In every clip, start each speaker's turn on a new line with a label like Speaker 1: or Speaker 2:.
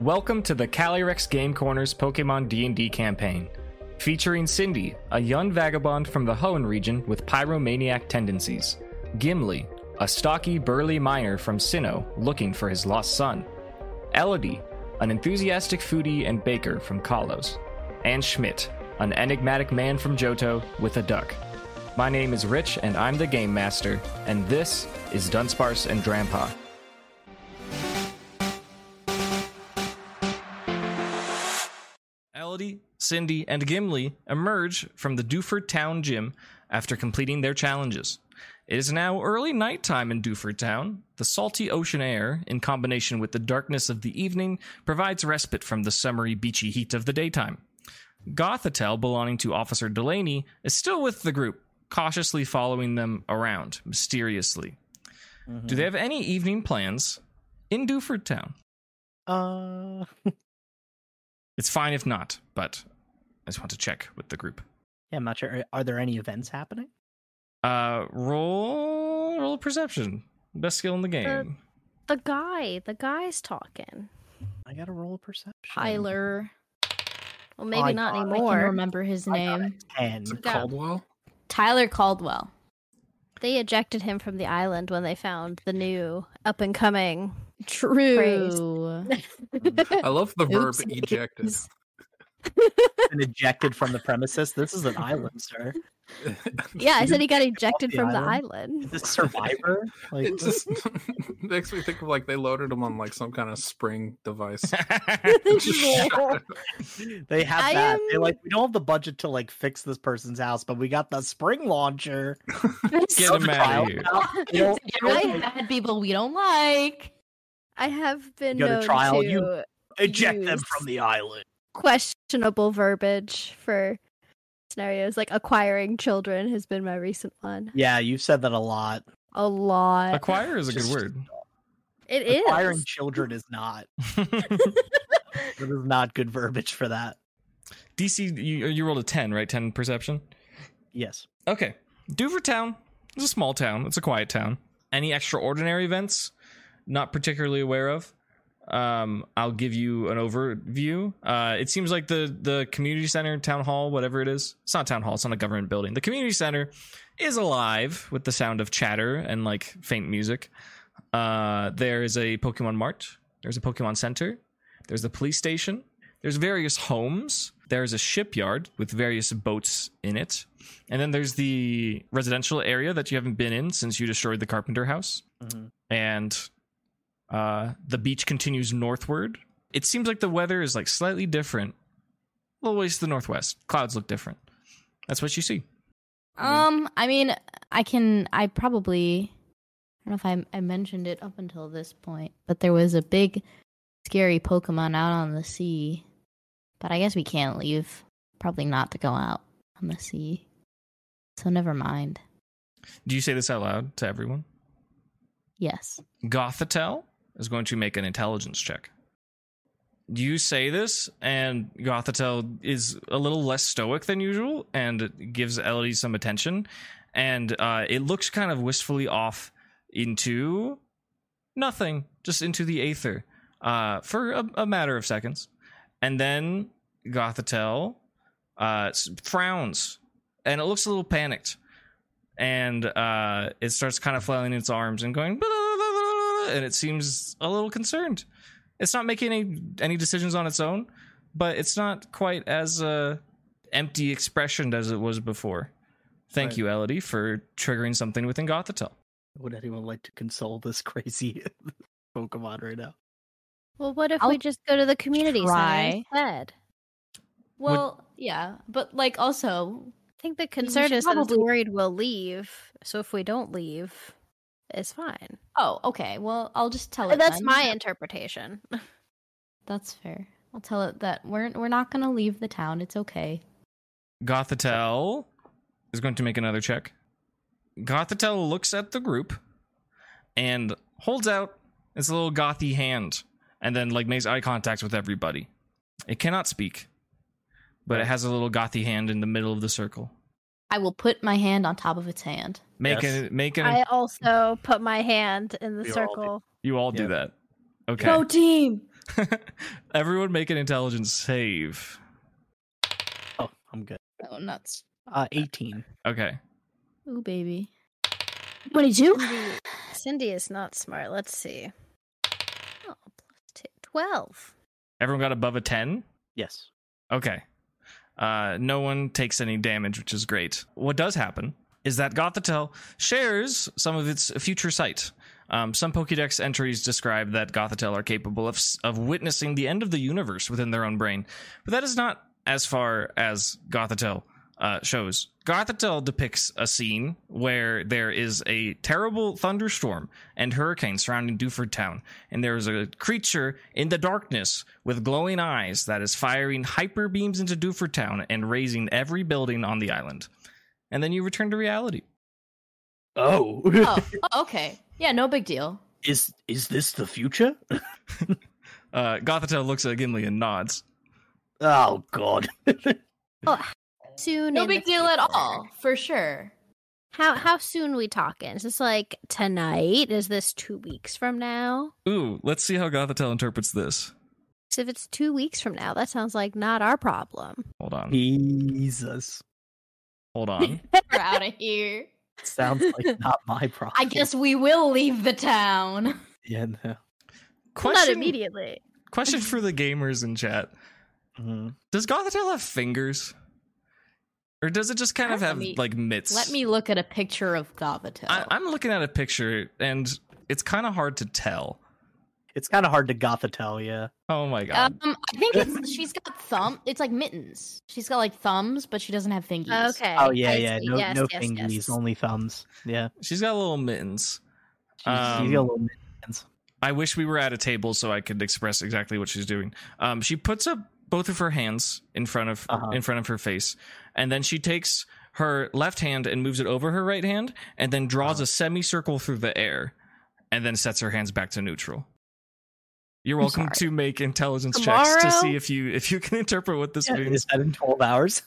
Speaker 1: Welcome to the Calyrex Game Corner's Pokemon D&D campaign, featuring Cindy, a young vagabond from the Hoenn region with pyromaniac tendencies, Gimli, a stocky, burly miner from Sinnoh looking for his lost son, Elodie, an enthusiastic foodie and baker from Kalos, and Schmidt, an enigmatic man from Johto with a duck. My name is Rich, and I'm the Game Master, and this is Dunsparce and Drampa. Elodie, Cindy, and Gimli emerge from the Duford Town gym after completing their challenges. It is now early nighttime in Duford Town. The salty ocean air, in combination with the darkness of the evening, provides respite from the summery, beachy heat of the daytime. Gothitelle, belonging to Officer Delaney, is still with the group, cautiously following them around, mysteriously. Do they have any evening plans in Duford Town?
Speaker 2: Uh,
Speaker 1: It's fine if not, but I just want to check with the group.
Speaker 2: yeah, I'm not sure. Are- Are there any events happening?
Speaker 1: Uh, roll roll perception. Best skill in the game.
Speaker 3: The guy, the guy's talking.
Speaker 2: I gotta roll a perception.
Speaker 4: Tyler.
Speaker 3: Well, maybe
Speaker 2: I
Speaker 3: not
Speaker 2: got-
Speaker 4: I can
Speaker 3: anymore.
Speaker 4: remember his
Speaker 2: I got
Speaker 4: name.
Speaker 2: ten.
Speaker 5: Is it
Speaker 3: Yeah.
Speaker 5: Caldwell?
Speaker 4: Tyler Caldwell.
Speaker 3: They ejected him from the island when they found the new up and coming.
Speaker 4: True.
Speaker 5: I love the verb
Speaker 4: Oops.
Speaker 5: ejected.
Speaker 2: Been ejected from the premises. This is an island, sir.
Speaker 3: Yeah, I said he got ejected
Speaker 2: the
Speaker 3: from the
Speaker 2: island? Is
Speaker 3: island.
Speaker 2: this Survivor? Like,
Speaker 5: It just makes me think of like they loaded him on like some kind of spring device.
Speaker 2: they have
Speaker 3: I
Speaker 2: that. They
Speaker 3: am-
Speaker 2: like, we don't have the budget to like fix this person's house, but we got the spring launcher.
Speaker 1: Get him out
Speaker 2: Trial
Speaker 1: of here.
Speaker 2: out. You know, you know,
Speaker 3: I-
Speaker 2: like,
Speaker 4: Bad people we don't like.
Speaker 3: I have been
Speaker 2: Go to
Speaker 3: known
Speaker 2: trial,
Speaker 3: to
Speaker 2: you- eject them
Speaker 3: use-
Speaker 2: from the island.
Speaker 3: questionable verbiage for scenarios like acquiring children has been my recent one.
Speaker 2: Yeah, you've said that a lot.
Speaker 3: A lot.
Speaker 1: Acquire is a good
Speaker 2: Just-
Speaker 1: word.
Speaker 3: it is.
Speaker 2: Acquiring children is not. That is not good verbiage for that.
Speaker 1: DC, you, you rolled a 10, right? 10 perception?
Speaker 2: Yes.
Speaker 1: Okay. Dover Town is a small town. It's a quiet town. Any extraordinary events? Not particularly aware of. Um, I'll give you an overview. Uh, it seems like the the community center, town hall, whatever it is. It's not town hall. It's not a government building. The community center is alive with the sound of chatter and like faint music. Uh, there is a Pokemon Mart. There's a Pokemon Center. There's the police station. There's various homes. There's a shipyard with various boats in it. And then there's the residential area that you haven't been in since you destroyed the carpenter house.
Speaker 2: Mhm.
Speaker 1: And uh, the beach continues northward. It seems like the weather is like slightly different. A little ways to the northwest. Clouds look different. That's what you see.
Speaker 4: Um, I mean, I can. I probably. I don't know if I, I mentioned it up until this point, but there was a big, scary Pokemon out on the sea. But I guess we can't leave. Probably not to go out on the sea. So never mind.
Speaker 1: Do you say this out loud to everyone?
Speaker 4: Yes.
Speaker 1: Gothitelle is going to make an intelligence check. You say this, and Gothitelle is a little less stoic than usual and gives Elodie some attention. And uh, it looks kind of wistfully off into nothing, just into the aether uh, for a, a matter of seconds. And then Gothitelle uh, s- frowns and it looks a little panicked and uh, it starts kind of flailing its arms and going, "Blah, blah, blah, blah, blah," and it seems a little concerned. It's not making any any decisions on its own, but it's not quite as uh, empty expressioned as it was before. Thank
Speaker 2: Right.
Speaker 1: you, Elodie, for triggering something within Gothitelle.
Speaker 2: Would anyone like to console this crazy Pokemon right now?
Speaker 3: Well, what if
Speaker 4: I'll
Speaker 3: we just go to the community
Speaker 4: try.
Speaker 3: center instead?
Speaker 4: Well, yeah, but like also,
Speaker 3: I think the
Speaker 4: we
Speaker 3: concern
Speaker 4: should
Speaker 3: is probably... that
Speaker 4: probably-
Speaker 3: it's worried we'll leave. So if we don't leave, it's fine.
Speaker 4: oh, okay. Well, I'll just tell it.
Speaker 3: That's
Speaker 4: then.
Speaker 3: my interpretation.
Speaker 4: That's fair. I'll tell it that we're we're not gonna leave the town. It's okay.
Speaker 1: Gothitelle is going to make another check. Gothitelle looks at the group and holds out its little gothy hand and then like makes eye contact with everybody. It cannot speak, but it has a little gothy hand in the middle of the circle.
Speaker 4: I will put my hand on top of its hand.
Speaker 1: Make
Speaker 2: Yes.
Speaker 1: an make an
Speaker 3: I also put my hand in the
Speaker 2: We all did.
Speaker 3: circle.
Speaker 1: you all do
Speaker 2: Yeah.
Speaker 1: that. Okay.
Speaker 4: team.
Speaker 1: Everyone make an intelligence save.
Speaker 2: Oh, I'm good.
Speaker 4: Oh, nuts.
Speaker 2: Uh, 18.
Speaker 1: Okay.
Speaker 4: Ooh, baby.
Speaker 3: 22? Cindy, Cindy is not smart. Let's see. Oh, plus two. 12.
Speaker 1: Everyone got above a 10?
Speaker 2: Yes.
Speaker 1: Okay. Uh, no one takes any damage, which is great. What does happen is that Gothitelle shares some of its future sight. Um, some Pokédex entries describe that Gothitelle are capable of, s- of witnessing the end of the universe within their own brain, but that is not as far as Gothitelle uh, shows. Gothitelle depicts a scene where there is a terrible thunderstorm and hurricane surrounding Duford Town, and there is a creature in the darkness with glowing eyes that is firing hyper beams into Duford Town and raising every building on the island. And then you return to reality.
Speaker 2: Oh.
Speaker 4: Oh, oh, okay. Yeah, no big deal.
Speaker 2: is is this the future?
Speaker 1: Uh, Gothitelle looks at Gimli and nods.
Speaker 2: Oh God.
Speaker 3: Oh, Soon.
Speaker 4: No
Speaker 3: in
Speaker 4: big
Speaker 3: the
Speaker 4: deal at
Speaker 3: future.
Speaker 4: all, for sure.
Speaker 3: How how soon we talking? Is this like tonight? Is this two weeks from now?
Speaker 1: Ooh, let's see how Gothitelle interprets this.
Speaker 3: 'Cause if it's two weeks from now, that sounds like not our problem.
Speaker 1: Hold on.
Speaker 2: Jesus.
Speaker 1: Hold on.
Speaker 4: We're out of here.
Speaker 2: Sounds like not my problem.
Speaker 4: I guess we will leave the town.
Speaker 2: Yeah. No.
Speaker 3: Well,
Speaker 1: Question,
Speaker 3: Not immediately.
Speaker 1: question for the gamers in chat.
Speaker 2: Mhm.
Speaker 1: Does Gothitelle have fingers? Or does it just kind of
Speaker 4: Let
Speaker 1: have
Speaker 4: me-
Speaker 1: like mitts?
Speaker 4: Let me look at a picture of Gavato.
Speaker 1: I, I'm looking at a picture and it's kind of hard to tell.
Speaker 2: It's kind of hard to Gothitelle, yeah.
Speaker 1: Oh my god.
Speaker 4: um, I think it's she's got thumb. It's like mittens. She's got like thumbs, but she doesn't have fingies.
Speaker 3: Okay.
Speaker 2: Oh yeah,
Speaker 3: I
Speaker 2: yeah.
Speaker 3: see.
Speaker 2: No,
Speaker 3: Yes,
Speaker 2: no
Speaker 3: yes,
Speaker 2: fingies,
Speaker 3: yes.
Speaker 2: only thumbs. Yeah.
Speaker 1: She's got little mittens.
Speaker 2: She's, she's got
Speaker 1: Um,
Speaker 2: little mittens.
Speaker 1: I wish we were at a table so I could express exactly what she's doing. Um, she puts up both of her hands in front of
Speaker 2: Uh-huh.
Speaker 1: in front of her face, and then she takes her left hand and moves it over her right hand, and then draws
Speaker 4: Uh-huh.
Speaker 1: a semicircle through the air, and then sets her hands back to neutral. You're
Speaker 4: I'm
Speaker 1: welcome
Speaker 4: sorry.
Speaker 1: to make intelligence checks to
Speaker 4: Tomorrow?
Speaker 1: see if you if you can interpret what this
Speaker 2: Yeah,
Speaker 1: means.
Speaker 2: is that in twelve hours?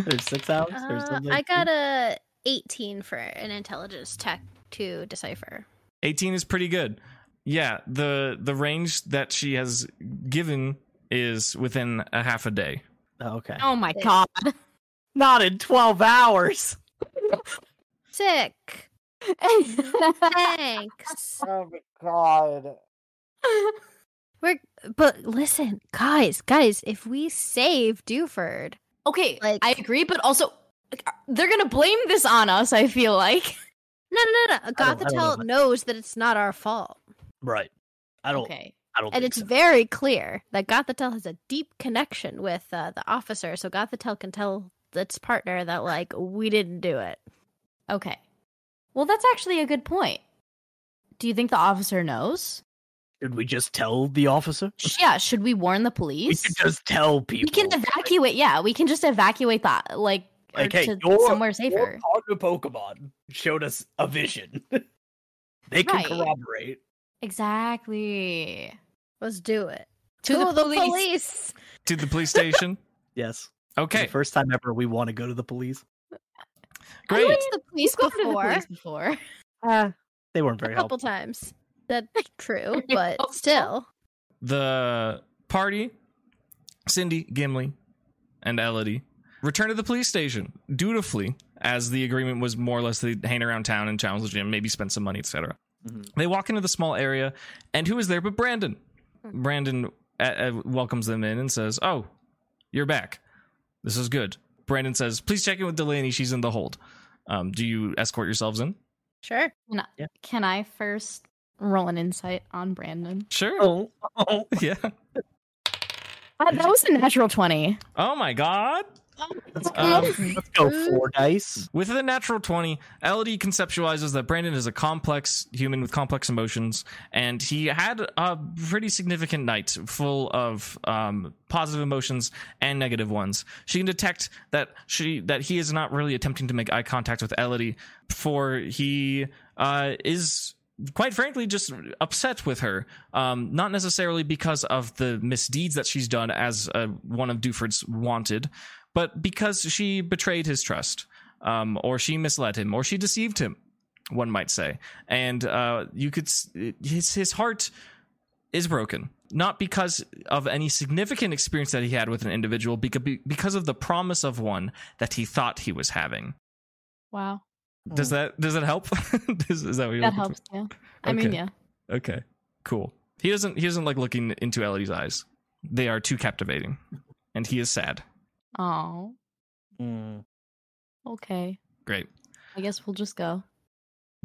Speaker 2: or six hours? or
Speaker 3: Uh,
Speaker 2: something?
Speaker 3: I got a 18 for an intelligence tech to decipher.
Speaker 1: 18 is pretty good. Yeah, the the range that she has given is within a half a day.
Speaker 2: Oh, okay.
Speaker 4: Oh my god.
Speaker 2: Not in twelve hours.
Speaker 3: Sick. Thanks.
Speaker 2: Oh my god.
Speaker 3: We're but listen, guys, guys, if we save Duford,
Speaker 4: okay,
Speaker 3: Like-
Speaker 4: I agree, but also like, uh, they're gonna blame this on us. I feel like.
Speaker 3: no, no,
Speaker 2: I
Speaker 3: no, no.
Speaker 2: don't know
Speaker 3: Gothitelle
Speaker 2: about-
Speaker 3: knows that it's not our fault,
Speaker 2: Right. I don't.
Speaker 4: Okay.
Speaker 2: I don't.
Speaker 3: and
Speaker 2: think
Speaker 3: it's
Speaker 2: so.
Speaker 3: very clear that Gothitelle has a deep connection with uh, the officer, so Gothitelle can tell its partner that like we didn't do it.
Speaker 4: Okay. Well, that's actually a good point. Do you think the officer knows?
Speaker 2: Should we just tell the officer?
Speaker 4: Sh- Yeah. Should we warn the
Speaker 2: We
Speaker 4: police?
Speaker 2: should just tell people.
Speaker 4: We can evacuate. Yeah, we can just evacuate that. Like. or
Speaker 2: Like, hey,
Speaker 4: to
Speaker 2: you're-
Speaker 4: somewhere safer.
Speaker 2: Your partner Pokemon showed us a vision. they can
Speaker 4: Right.
Speaker 2: corroborate.
Speaker 4: Exactly.
Speaker 3: Let's do it.
Speaker 4: To
Speaker 3: Go
Speaker 4: the police.
Speaker 3: police.
Speaker 1: To the police station.
Speaker 2: Yes.
Speaker 1: Okay.
Speaker 2: The first time ever we want to go to the police.
Speaker 4: I
Speaker 1: Great.
Speaker 4: went to the police
Speaker 3: We've gone to the
Speaker 4: before.
Speaker 3: police
Speaker 4: before.
Speaker 2: They weren't
Speaker 3: a
Speaker 2: very
Speaker 3: couple
Speaker 2: helpful.
Speaker 3: times. That's true,
Speaker 4: Very
Speaker 3: but
Speaker 4: helpful.
Speaker 3: still.
Speaker 1: the party, Cindy, Gimli, and Elodie return to the police station dutifully, as the agreement was more or less they hang around town and challenge the gym, maybe spend some money, etc.
Speaker 2: Mhm.
Speaker 1: They walk into the small area, and who is there but Brandon?
Speaker 3: Hmm.
Speaker 1: Brandon uh, uh, welcomes them in and says, "Oh, you're back. This is good." Brandon says, "Please check in with Delaney. She's in the hold. Um, do you escort yourselves in?"
Speaker 3: Sure.
Speaker 4: Can I first roll an insight on Brandon?
Speaker 1: Sure.
Speaker 2: Oh, oh.
Speaker 1: Yeah.
Speaker 4: Uh, that was a natural 20.
Speaker 1: Oh my God.
Speaker 2: Let's, go,
Speaker 1: Um,
Speaker 2: let's go
Speaker 3: Mm.
Speaker 2: four dice.
Speaker 1: With a natural 20, Elodie conceptualizes that Brandon is a complex human with complex emotions, and he had a pretty significant night full of um, positive emotions and negative ones. She can detect that she that he is not really attempting to make eye contact with Elodie, for he uh, is quite frankly just upset with her um, not necessarily because of the misdeeds that she's done as uh, one of Duford's wanted but because she betrayed his trust um, or she misled him, or she deceived him, one might say. And uh, you could s- his his heart is broken. not because of any significant experience that he had with an individual, beca- because of the promise of one that he thought he was having.
Speaker 4: Wow.
Speaker 1: Does that does that help? is, is that what you're looking
Speaker 4: That
Speaker 1: for?
Speaker 4: helps. Yeah. I mean,
Speaker 1: Okay.
Speaker 4: yeah.
Speaker 1: Okay, cool. He doesn't he doesn't like looking into Elodie's eyes. They are too captivating, and he is sad.
Speaker 4: Oh,
Speaker 2: Mm.
Speaker 4: okay.
Speaker 1: Great.
Speaker 4: I guess we'll just go.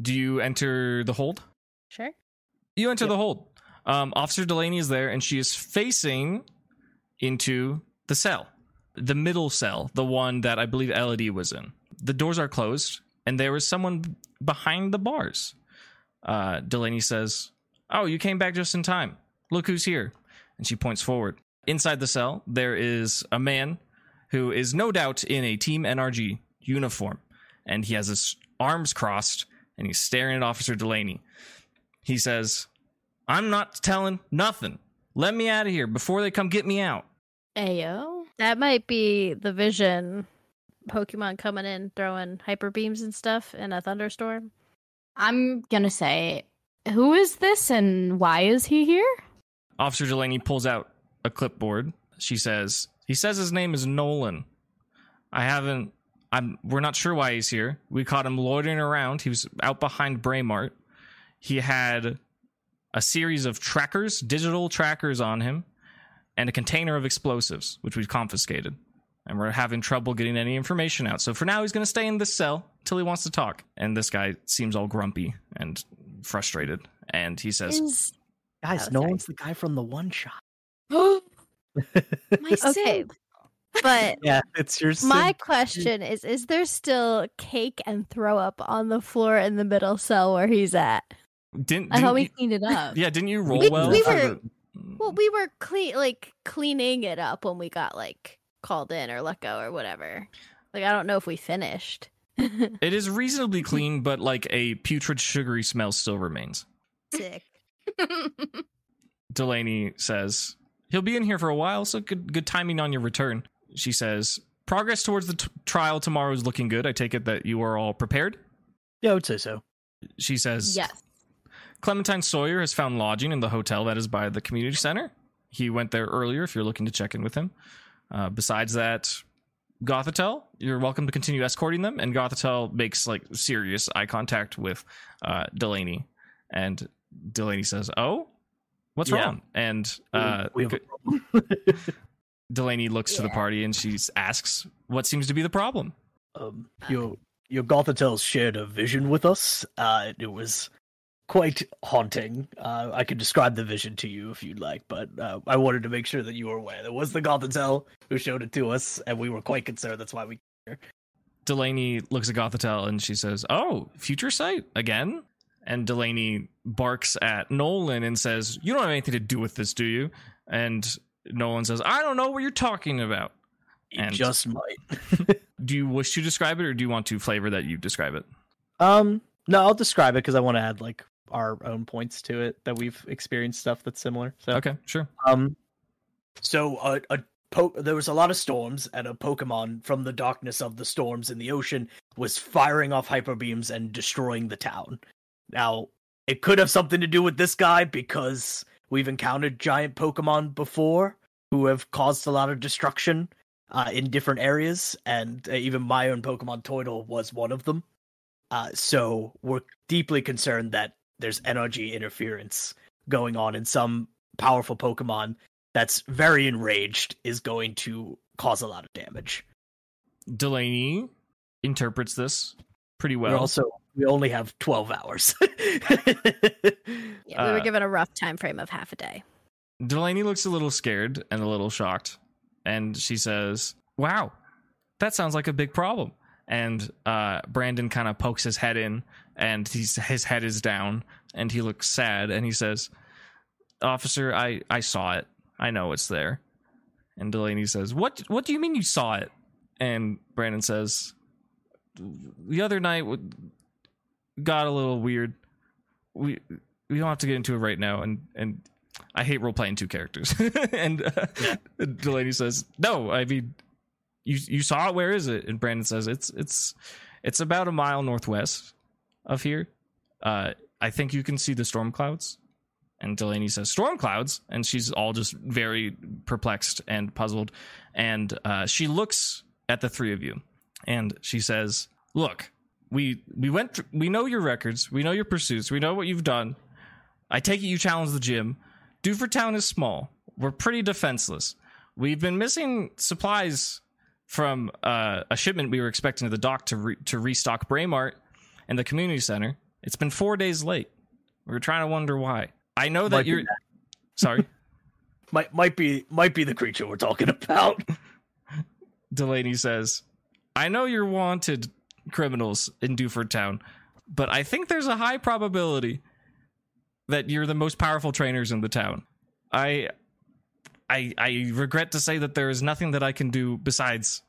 Speaker 1: Do you enter the hold?
Speaker 3: Sure.
Speaker 1: You enter
Speaker 2: Yep.
Speaker 1: the hold. Um, Officer Delaney is there, and she is facing into the cell, the middle cell, the one that I believe Elodie was in. The doors are closed, and there is someone behind the bars. Uh, Delaney says, "Oh, you came back just in time. Look who's here!" And she points forward. Inside the cell, there is a man who is no doubt in a Team NRG uniform, and he has his arms crossed, and he's staring at Officer Delaney he says, I'm not telling nothing. Let me out of here before they come get me out.
Speaker 4: Ayo.
Speaker 3: That might be the vision. Pokemon coming in, throwing hyper beams and stuff in a thunderstorm.
Speaker 4: I'm gonna say, who is this and why is he here?
Speaker 1: Officer Delaney pulls out a clipboard. She says, he says his name is Nolan. I haven't, I'm, we're not sure why he's here. We caught him loitering around. He was out behind Braemart. He had a series of trackers, digital trackers on him, and a container of explosives, which we've confiscated. And we're having trouble getting any information out. So for now, he's going to stay in this cell till he wants to talk. And this guy seems all grumpy and frustrated. And he says,
Speaker 4: Is
Speaker 2: Guys,
Speaker 3: Oh,
Speaker 2: no
Speaker 3: sorry.
Speaker 2: one's the guy from the one shot.
Speaker 4: my
Speaker 3: Okay,
Speaker 4: Sib.
Speaker 3: but
Speaker 2: Yeah, it's your Sid.
Speaker 3: my question is: Is there still cake and throw up on the floor in the middle cell where he's at?
Speaker 1: didn't,
Speaker 4: I
Speaker 1: didn't
Speaker 4: thought we
Speaker 1: you-
Speaker 4: cleaned it up.
Speaker 1: Yeah, didn't you roll
Speaker 3: We-
Speaker 1: well?
Speaker 3: we
Speaker 1: for
Speaker 3: were-
Speaker 1: the-
Speaker 3: Well, we were clean, like cleaning it up when we got like called in or let go or whatever. Like I don't know if we finished.
Speaker 1: it is reasonably clean, but like a putrid, sugary smell still remains.
Speaker 3: Sick.
Speaker 1: Delaney says he'll be in here for a while, so good, good timing on your return. She says progress towards the t- trial tomorrow is looking good. I take it that you are all prepared.
Speaker 2: Yeah, I would say so.
Speaker 1: She says
Speaker 4: yes.
Speaker 1: Clementine Sawyer has found lodging in the hotel that is by the community center. He went there earlier if you're looking to check in with him. Uh, besides that, Gothitelle, you're welcome to continue escorting them. And Gothitelle makes like serious eye contact with uh, Delaney. And Delaney says, Oh, what's
Speaker 2: Yeah.
Speaker 1: wrong? And uh,
Speaker 2: we have a
Speaker 1: G-
Speaker 2: problem.
Speaker 1: Delaney looks to the party and she asks, What seems to be the problem?
Speaker 2: um, your your Gothitels shared a vision with us. Uh, it was quite haunting. Uh, I could describe the vision to you if you'd like, but uh, I wanted to make sure that you were aware. It was the Gothitel who showed it to us, and we were quite concerned. That's why we.
Speaker 1: Delaney looks at Gothitelle and she says, "Oh, future sight again." And Delaney barks at Nolan and says, "You don't have anything to do with this, do you?" And Nolan says, "I don't know what you're talking about.
Speaker 2: It
Speaker 1: And-
Speaker 2: just might.
Speaker 1: Do you wish to describe it, or do you want to flavor that you describe it?"
Speaker 2: Um, no, I'll describe it because I want to add like our own points to it that we've experienced stuff that's similar. So
Speaker 1: Okay, sure.
Speaker 2: Um, so a, a po- there was a lot of storms, and a Pokemon from the darkness of the storms in the ocean was firing off hyper beams and destroying the town. Now, it could have something to do with this guy because we've encountered giant Pokemon before who have caused a lot of destruction uh, in different areas, and uh, even my own Pokemon Toidle was one of them. Uh, so we're deeply concerned that there's energy interference going on in some powerful Pokemon that's very enraged is going to cause a lot of damage.
Speaker 1: Delaney interprets this pretty
Speaker 2: We're
Speaker 1: well.
Speaker 2: also we only have twelve hours.
Speaker 3: Yeah, we
Speaker 1: Uh,
Speaker 3: were given a rough time frame of half a day.
Speaker 1: Delaney looks a little scared and a little shocked, and she says, "Wow, that sounds like a big problem." And uh, Brandon kind of pokes his head in, and he's his head is down, and he looks sad, and he says, "Officer, I I saw it. I know it's there." And Delaney says, "What What do you mean you saw it?" And Brandon says, "The other night w- got a little weird. We we don't have to get into it right now." And and I hate role playing two characters. and uh, Delaney says, "No, I mean, you you saw it. Where is it?" And Brandon says, "It's it's it's about a mile northwest of here. Uh, I think you can see the storm clouds." And Delaney says storm clouds, and she's all just very perplexed and puzzled. And uh, she looks at the three of you, and she says, "Look, we we went. Through, we know your records. We know your pursuits. We know what you've done. I take it you challenged the gym. Duford Town is small. We're pretty defenseless. We've been missing supplies from uh, a shipment we were expecting at the dock to re- to restock Braemart and the community center. It's been four days late. We were trying to wonder why. I know that
Speaker 2: Might be
Speaker 1: you're. Sorry,
Speaker 2: Might might be might be the creature we're talking about.
Speaker 1: Delaney says. I know you're wanted criminals in Duford Town, but I think there's a high probability that you're the most powerful trainers in the town. I, I, I regret to say that there is nothing that I can do besides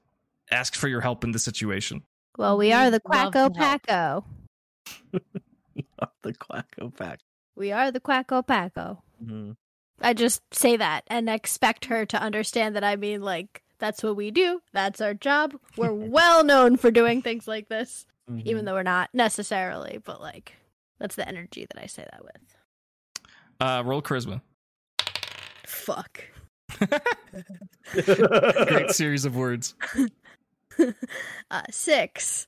Speaker 1: ask for your help in this situation.
Speaker 3: Well, we are the
Speaker 4: Love
Speaker 3: Quacko
Speaker 4: to help.
Speaker 3: Paco.
Speaker 2: the Quacko Pack.
Speaker 3: We are the Quacko Paco.
Speaker 2: Mm-hmm.
Speaker 3: I just say that and expect her to understand that I mean, like, that's what we do. That's our job. We're well known for doing things like this,
Speaker 2: Mm-hmm.
Speaker 3: even though we're not necessarily, but like, that's the energy that I say that with.
Speaker 1: Uh, roll charisma.
Speaker 3: Fuck.
Speaker 2: Mm-hmm.
Speaker 1: Great series of words.
Speaker 3: Uh, six.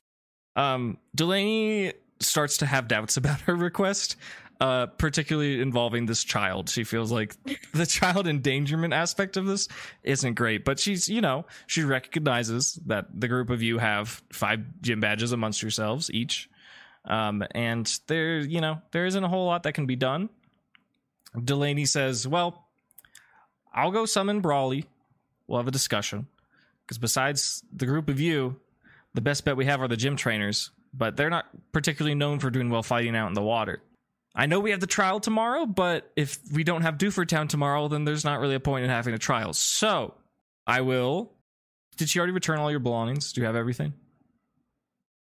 Speaker 1: Um, Delaney starts to have doubts about her request, uh, particularly involving this child. She feels like the child endangerment aspect of this isn't great, but she's, you know, she recognizes that the group of you have five gym badges amongst yourselves each. Um, and there, you know, there isn't a whole lot that can be done. Delaney says, Well, I'll go summon Brawley. We'll have a discussion. Because besides the group of you, the best bet we have are the gym trainers, but they're not particularly known for doing well fighting out in the water. I know we have the trial tomorrow, but if we don't have Duford Town tomorrow, then there's not really a point in having a trial. So I will. Did she already return all your belongings? Do you have everything?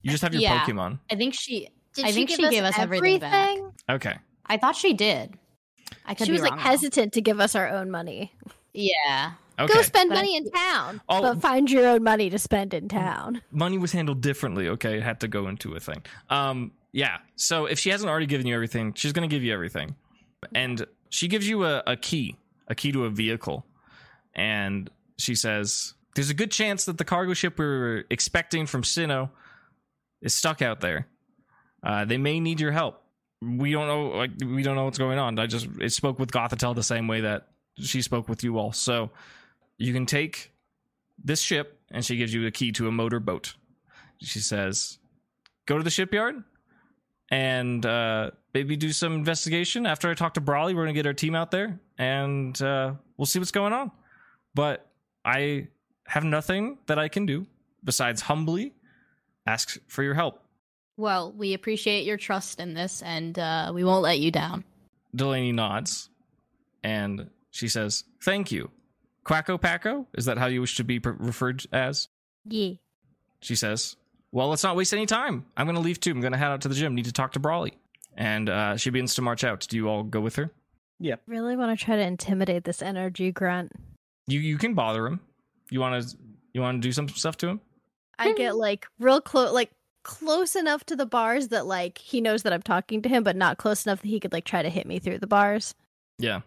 Speaker 1: You just have your
Speaker 4: Yeah.
Speaker 1: Pokemon.
Speaker 4: I think she.
Speaker 3: Did
Speaker 4: I think she gave us everything back.
Speaker 1: Okay.
Speaker 4: I thought she did. I could
Speaker 3: She
Speaker 4: be
Speaker 3: was like
Speaker 4: wrong, though.
Speaker 3: hesitant to give us our own money.
Speaker 4: Yeah.
Speaker 1: Okay.
Speaker 3: Go spend
Speaker 4: But I-
Speaker 3: money in town,
Speaker 1: Oh.
Speaker 3: but find your own money to spend
Speaker 4: Mm.
Speaker 3: in town.
Speaker 1: money was handled differently okay it had to go into a thing um yeah so if she hasn't already given you everything she's gonna give you everything and she gives you a, a key a key to a vehicle and she says there's a good chance that the cargo ship we were expecting from sino is stuck out there uh, they may need your help we don't know like we don't know what's going on i just I spoke with gothatel the same way that she spoke with you all so you can take this ship and she gives you a key to a motorboat she says go to the shipyard and uh, maybe do some investigation after i talk to brawley we're gonna get our team out there and uh, we'll see what's going on but i have nothing that i can do besides humbly ask for your help
Speaker 4: Well, we appreciate your trust in this, and uh, we won't let you down.
Speaker 1: delaney nods and she says thank you quacko paco is that how you wish to be pre- referred as
Speaker 3: Yeah.
Speaker 1: She says, Well, let's not waste any time. I'm going to leave too. I'm going to head out to the gym. Need to talk to Brawley. And uh, she begins to march out. Do you all go with her?
Speaker 3: Really want to try to intimidate this energy grunt.
Speaker 1: You you can bother him. You want to you want to do some stuff to him?
Speaker 3: I get like real close, like close enough to the bars that like he knows that I'm talking to him, but not close enough that he could like try to hit me through the bars.
Speaker 1: Yeah.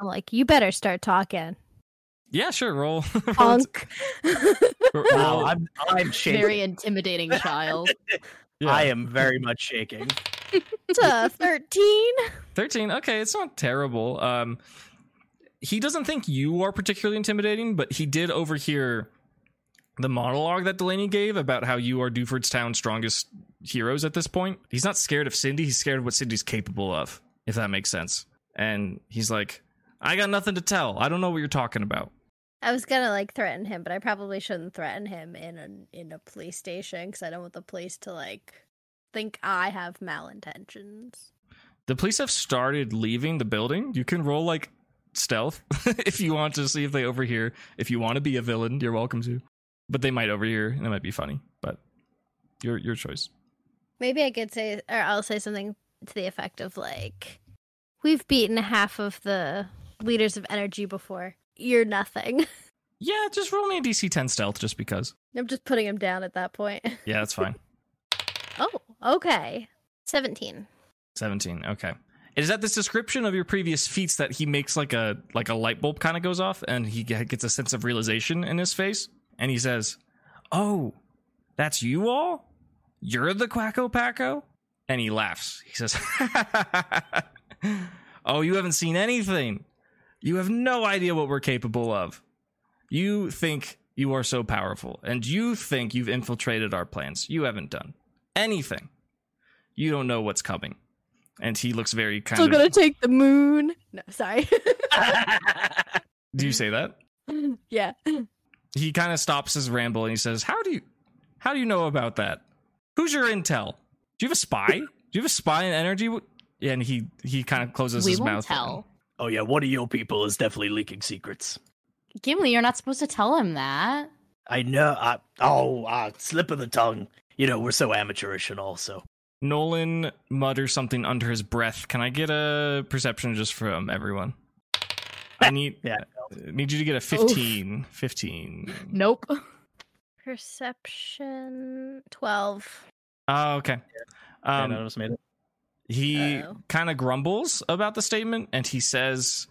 Speaker 3: I'm like, you better start talking,
Speaker 1: Yeah, sure. Roll. roll,
Speaker 3: punk.
Speaker 2: Wow,
Speaker 1: roll-
Speaker 2: I'm I'm shaking.
Speaker 4: Very intimidating child.
Speaker 1: yeah.
Speaker 2: I am very much shaking.
Speaker 3: it's a thirteen.
Speaker 1: 13 okay it's not terrible um he doesn't think you are particularly intimidating but he did overhear the monologue that delaney gave about how you are Duford's town's strongest heroes at this point he's not scared of cindy he's scared of what cindy's capable of if that makes sense and he's like i got nothing to tell i don't know what you're talking about
Speaker 3: I was gonna like threaten him, but I probably shouldn't threaten him in a in a police station because I don't want the police to like think I have malintentions.
Speaker 1: the police have started leaving the building you can roll like stealth if you want to see if they overhear if you want to be a villain you're welcome to but they might overhear and it might be funny but your your choice
Speaker 3: Maybe I could say, or I'll say something to the effect of like, "We've beaten half of the leaders of energy before. You're nothing."
Speaker 1: yeah just roll me a dc 10 stealth just because
Speaker 3: I'm just putting him down at that point.
Speaker 1: yeah that's fine
Speaker 3: Oh, okay. Seventeen.
Speaker 1: 17 okay It is at this description of your previous feats that he makes like a like a light bulb kind of goes off, and he ge- gets a sense of realization in his face, and he says, "Oh, that's you all. You're the Quacko Paco." And he laughs. He says, "Oh, you haven't seen anything. You have no idea what we're capable of. You think you are so powerful, and you think you've infiltrated our plans. You haven't done anything. You don't know what's coming." And he looks very kind
Speaker 3: Still
Speaker 1: of.
Speaker 3: gonna take the moon. No, sorry.
Speaker 1: Do you
Speaker 4: Mm-hmm.
Speaker 1: say that?
Speaker 3: yeah.
Speaker 1: He kind of stops his ramble and he says, "How do you, how do you know about that? Who's your intel? Do you have a spy? do you have a spy in energy?" W- And he he kind of closes
Speaker 4: we
Speaker 1: his
Speaker 4: won't
Speaker 1: mouth.
Speaker 4: tell.
Speaker 2: oh yeah, one of your people is definitely leaking secrets.
Speaker 4: Gimli, you're not supposed to tell him that.
Speaker 2: I know. I, oh, ah, slip of the tongue. You know, we're so amateurish and all. So
Speaker 1: Nolan mutters something under his breath. Can I get a perception just from everyone? I need
Speaker 2: Yeah.
Speaker 1: need you to get a 15. 15.
Speaker 4: Nope.
Speaker 3: Perception 12.
Speaker 1: Oh, okay. Um,
Speaker 2: made it.
Speaker 1: He
Speaker 3: Uh-oh.
Speaker 1: kind of grumbles about the statement and he says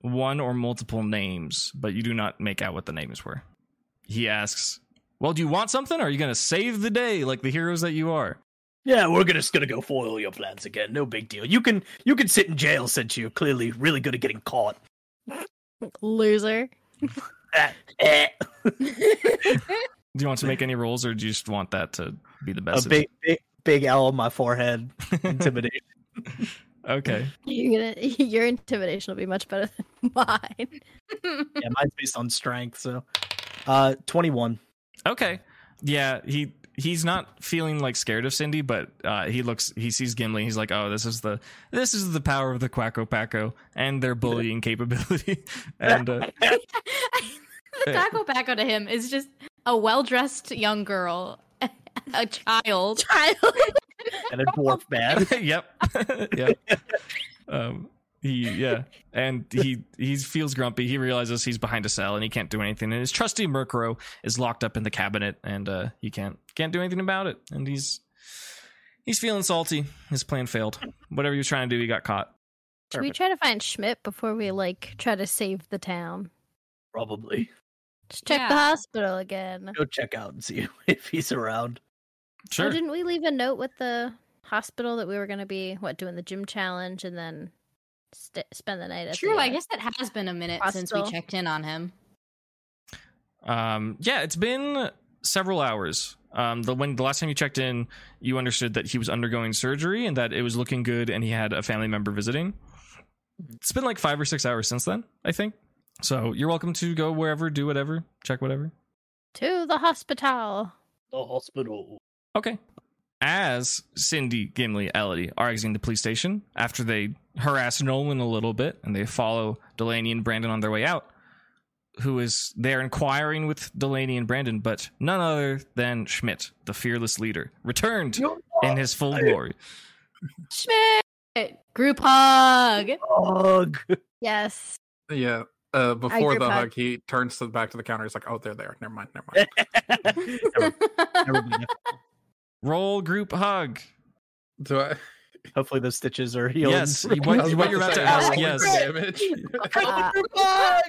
Speaker 1: one or multiple names, but you do not make out what the names were. He asks, Well, do you want something? Or are you going to save the day like the heroes that you are?
Speaker 2: Yeah, we're gonna, just gonna go foil your plans again. No big deal. You can you can sit in jail since you're clearly really good at getting caught.
Speaker 3: Loser.
Speaker 2: Eh, eh.
Speaker 1: Do you want to make any rolls or do you just want that to be the
Speaker 2: A
Speaker 1: best?
Speaker 2: big big big L on my forehead. Intimidation.
Speaker 1: okay.
Speaker 3: You're gonna, your intimidation will be much better than mine.
Speaker 2: yeah, mine's based on strength. So, uh, twenty one.
Speaker 1: Okay. Yeah, he he's not feeling like scared of Cindy, but uh, he looks he sees Gimli. He's like, oh, this is the this is the power of the Quacko Paco and their bullying capability. and uh,
Speaker 4: Taco Paco to him is just a well dressed young girl, a child.
Speaker 3: Child.
Speaker 2: and a dwarf man.
Speaker 1: yep, yep. Um, he yeah, and he he feels grumpy. He realizes he's behind a cell and he can't do anything. And his trusty Murkrow is locked up in the cabinet, and uh, he can't can't do anything about it. And he's he's feeling salty. His plan failed. Whatever he was trying to do, he got caught.
Speaker 3: Should we
Speaker 1: Perfect.
Speaker 3: try to find Schmidt before we like try to save the town?
Speaker 2: Probably.
Speaker 3: Just check the
Speaker 4: Yeah.
Speaker 3: hospital again.
Speaker 2: Go check out and see if he's around.
Speaker 3: Oh,
Speaker 1: Sure.
Speaker 3: didn't we leave a note with the hospital that we were going to be what doing the gym challenge and then st- spend the night at?
Speaker 4: True,
Speaker 3: the,
Speaker 4: I
Speaker 3: uh,
Speaker 4: guess that has been a minute since we
Speaker 3: Hostel.
Speaker 4: checked in on him.
Speaker 1: Um, yeah, it's been several hours. Um, the when the last time you checked in, you understood that he was undergoing surgery and that it was looking good, and he had a family member visiting. It's been like five or six hours since then, I think. So you're welcome to go wherever, do whatever, check whatever.
Speaker 3: to the hospital.
Speaker 2: The hospital.
Speaker 1: Okay. As Cindy, Gimli, Elodie are exiting the police station after they harass Nolan a little bit and they follow Delaney and Brandon on their way out, who is there inquiring with Delaney and Brandon, but none other than Schmidt, the fearless leader, returned in his full glory.
Speaker 4: Schmidt! Group hug!
Speaker 2: Ugh.
Speaker 3: Yes.
Speaker 5: Yeah. Uh, before
Speaker 3: group
Speaker 5: the
Speaker 3: hug.
Speaker 5: hug, he turns to the back to the counter. He's like, "Oh, they're there. Never mind. Never mind."
Speaker 2: Never- never mind.
Speaker 1: Roll group hug.
Speaker 5: Do I?
Speaker 2: Hopefully those stitches are healed.
Speaker 1: Yes, you- what,
Speaker 5: I was
Speaker 1: what you're about
Speaker 5: say,
Speaker 1: to
Speaker 5: am
Speaker 1: ask,
Speaker 5: I rolling for
Speaker 1: yes.
Speaker 5: Damage.
Speaker 3: Uh,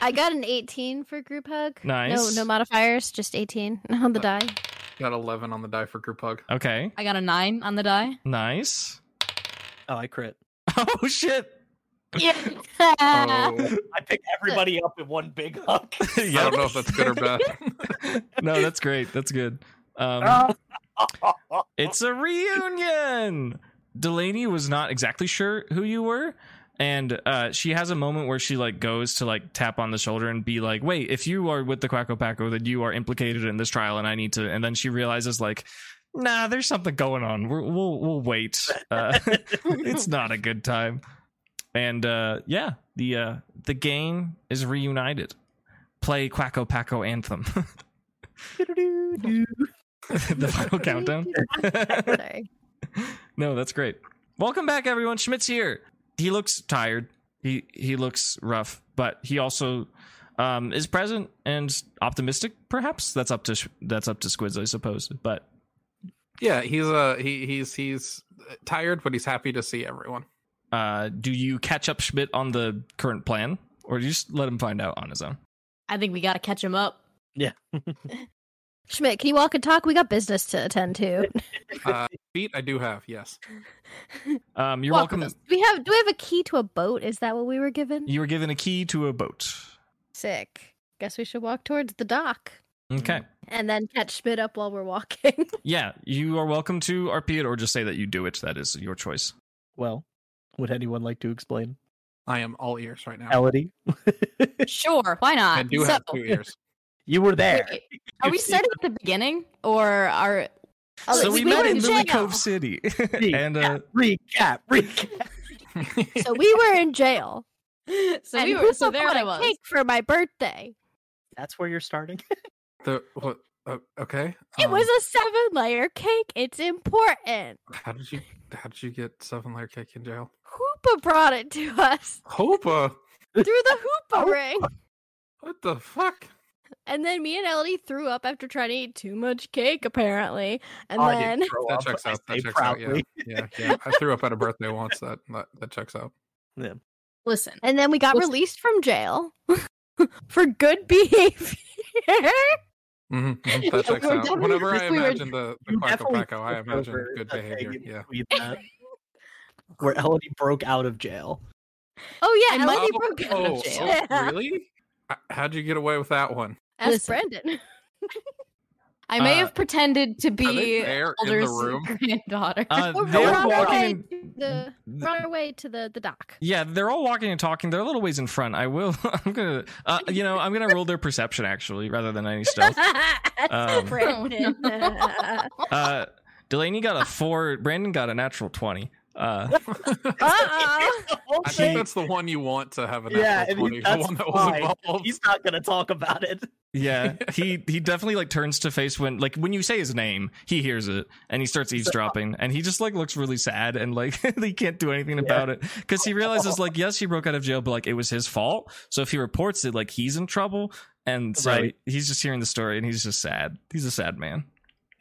Speaker 3: I got an 18 for group hug.
Speaker 1: Nice. Uh,
Speaker 3: No, no modifiers, just 18 on the die.
Speaker 5: Got eleven on the die for group hug.
Speaker 1: Okay,
Speaker 4: I got a nine on the die.
Speaker 1: nice.
Speaker 2: Oh, I crit.
Speaker 1: Oh, shit.
Speaker 4: Yeah.
Speaker 5: Oh,
Speaker 2: I pick everybody up in one big hug.
Speaker 5: I don't know if that's good or bad.
Speaker 1: no, that's great. That's good. Um,
Speaker 2: Ah,
Speaker 1: It's a reunion. Delaney was not exactly sure who you were, and uh, she has a moment where she like goes to like tap on the shoulder and be like, "Wait, if you are with the Quacko Paco, then you are implicated in this trial, and I need to." And then she realizes like, "Nah, there's something going on. We're, we'll we'll wait. Uh, it's not a good time." And uh, yeah, the uh, the gang is reunited. Play Quacko Paco anthem. the final countdown.
Speaker 3: Sorry.
Speaker 1: No, that's great. Welcome back, everyone. Schmidt's here. He looks tired. He he looks rough, but he also um, is present and optimistic. Perhaps that's up to Sch- that's up to Squids, I suppose. But
Speaker 5: uh, yeah, he's uh, he he's he's tired, but he's happy to see everyone.
Speaker 1: Uh, do you catch up Schmidt on the current plan, or do you just let him find out on his own?
Speaker 4: I think we gotta catch him up.
Speaker 3: Schmidt, can you walk and talk? We got business to attend to.
Speaker 5: Uh, feet, I do have. Yes.
Speaker 1: Um, you're
Speaker 3: Walk with
Speaker 1: welcome.
Speaker 3: us. We have. Do we have a key to a boat? Is that what we were given?
Speaker 1: You were given a key to a boat.
Speaker 3: Sick. Guess we should walk towards the dock
Speaker 1: Okay.
Speaker 3: and then catch Schmidt up while we're walking.
Speaker 1: Yeah, you are welcome to RP it or just say that you do it. That is your choice.
Speaker 2: Well, would anyone like to explain?
Speaker 5: I am all ears right now.
Speaker 2: Elodie,
Speaker 4: Sure, why not?
Speaker 5: I do
Speaker 4: So-
Speaker 5: have two ears.
Speaker 2: you were there.
Speaker 4: Wait, are we starting at the beginning or are
Speaker 3: Oh,
Speaker 1: so
Speaker 3: it's
Speaker 1: we
Speaker 3: we
Speaker 1: met
Speaker 3: were
Speaker 1: in
Speaker 3: in
Speaker 1: Lily
Speaker 3: jail.
Speaker 1: Cove City, and uh,
Speaker 2: Recap, recap.
Speaker 3: so we were in jail.
Speaker 4: so
Speaker 3: and
Speaker 4: we
Speaker 3: who
Speaker 4: were so
Speaker 3: took
Speaker 4: there
Speaker 3: on
Speaker 4: I
Speaker 3: a
Speaker 4: was.
Speaker 3: Cake for my birthday.
Speaker 2: That's where you're starting.
Speaker 5: the what? Uh, okay.
Speaker 3: It
Speaker 5: um,
Speaker 3: was a seven layer cake. It's important.
Speaker 5: How did you? How did you get seven layer cake in jail?
Speaker 3: Hoopa brought it to us
Speaker 5: Hopa.
Speaker 3: through the
Speaker 1: Oh.
Speaker 3: Hoopa ring.
Speaker 5: What the fuck?
Speaker 3: And then me and Elodie threw up after trying to eat too much cake, apparently. And
Speaker 2: I did
Speaker 3: then
Speaker 2: throw
Speaker 5: That
Speaker 2: up,
Speaker 5: checks
Speaker 2: I
Speaker 5: out. That
Speaker 2: say
Speaker 5: checks out. Yeah.
Speaker 2: proudly.
Speaker 5: Yeah. Yeah. I threw up at a birthday once. That that, that checks out.
Speaker 4: Listen,
Speaker 3: and then we got
Speaker 4: What's-
Speaker 3: released from jail for good behavior.
Speaker 5: hmm
Speaker 3: Yeah,
Speaker 5: That checks
Speaker 3: we're
Speaker 5: out.
Speaker 3: definitely-
Speaker 5: Whenever I
Speaker 4: we were-
Speaker 5: imagined the, the
Speaker 2: You
Speaker 5: Quacko
Speaker 2: definitely
Speaker 5: Quacko, I
Speaker 2: took
Speaker 5: imagine
Speaker 2: over
Speaker 5: good
Speaker 2: a thing
Speaker 5: behavior.
Speaker 2: in
Speaker 5: Yeah.
Speaker 2: between that, where Elodie broke out of jail.
Speaker 3: oh yeah,
Speaker 4: And
Speaker 3: Elodie
Speaker 5: oh,
Speaker 3: broke out
Speaker 5: oh,
Speaker 3: of jail.
Speaker 5: oh, really? Uh, How'd you get away with that one?
Speaker 3: Ask
Speaker 4: Listen.
Speaker 3: Brandon.
Speaker 4: I may
Speaker 1: Uh,
Speaker 4: have pretended to
Speaker 5: Are they
Speaker 4: be
Speaker 5: there in the
Speaker 4: Elder's
Speaker 5: room?
Speaker 4: granddaughter.
Speaker 1: uh,
Speaker 3: We're,
Speaker 1: they're
Speaker 3: we're
Speaker 1: all
Speaker 3: on our way
Speaker 1: walking.
Speaker 3: to the
Speaker 1: in-
Speaker 3: we're on our way to the, the dock.
Speaker 1: yeah, they're all walking and talking. They're a little ways in front. I will. I'm gonna. Uh, you know, I'm gonna roll their perception actually, rather than any stealth. Um,
Speaker 3: Brandon. Uh-uh.
Speaker 1: Uh, Delaney got a four. Brandon got a natural twenty. Uh,
Speaker 3: Uh-oh.
Speaker 5: I think that's the one you want to have a natural
Speaker 2: yeah, and
Speaker 5: 20. The
Speaker 2: that's
Speaker 5: one that was
Speaker 2: fine.
Speaker 5: involved.
Speaker 2: He's not gonna talk about it.
Speaker 1: yeah, he he definitely like turns to face when like when you say his name, he hears it and he starts eavesdropping and he just like looks really sad and like he can't do anything
Speaker 2: Yeah.
Speaker 1: about it because he realizes like yes he broke out of jail but like it was his fault so if he reports it like he's in trouble and so
Speaker 2: Right.
Speaker 1: he's just hearing the story and he's just sad he's a sad man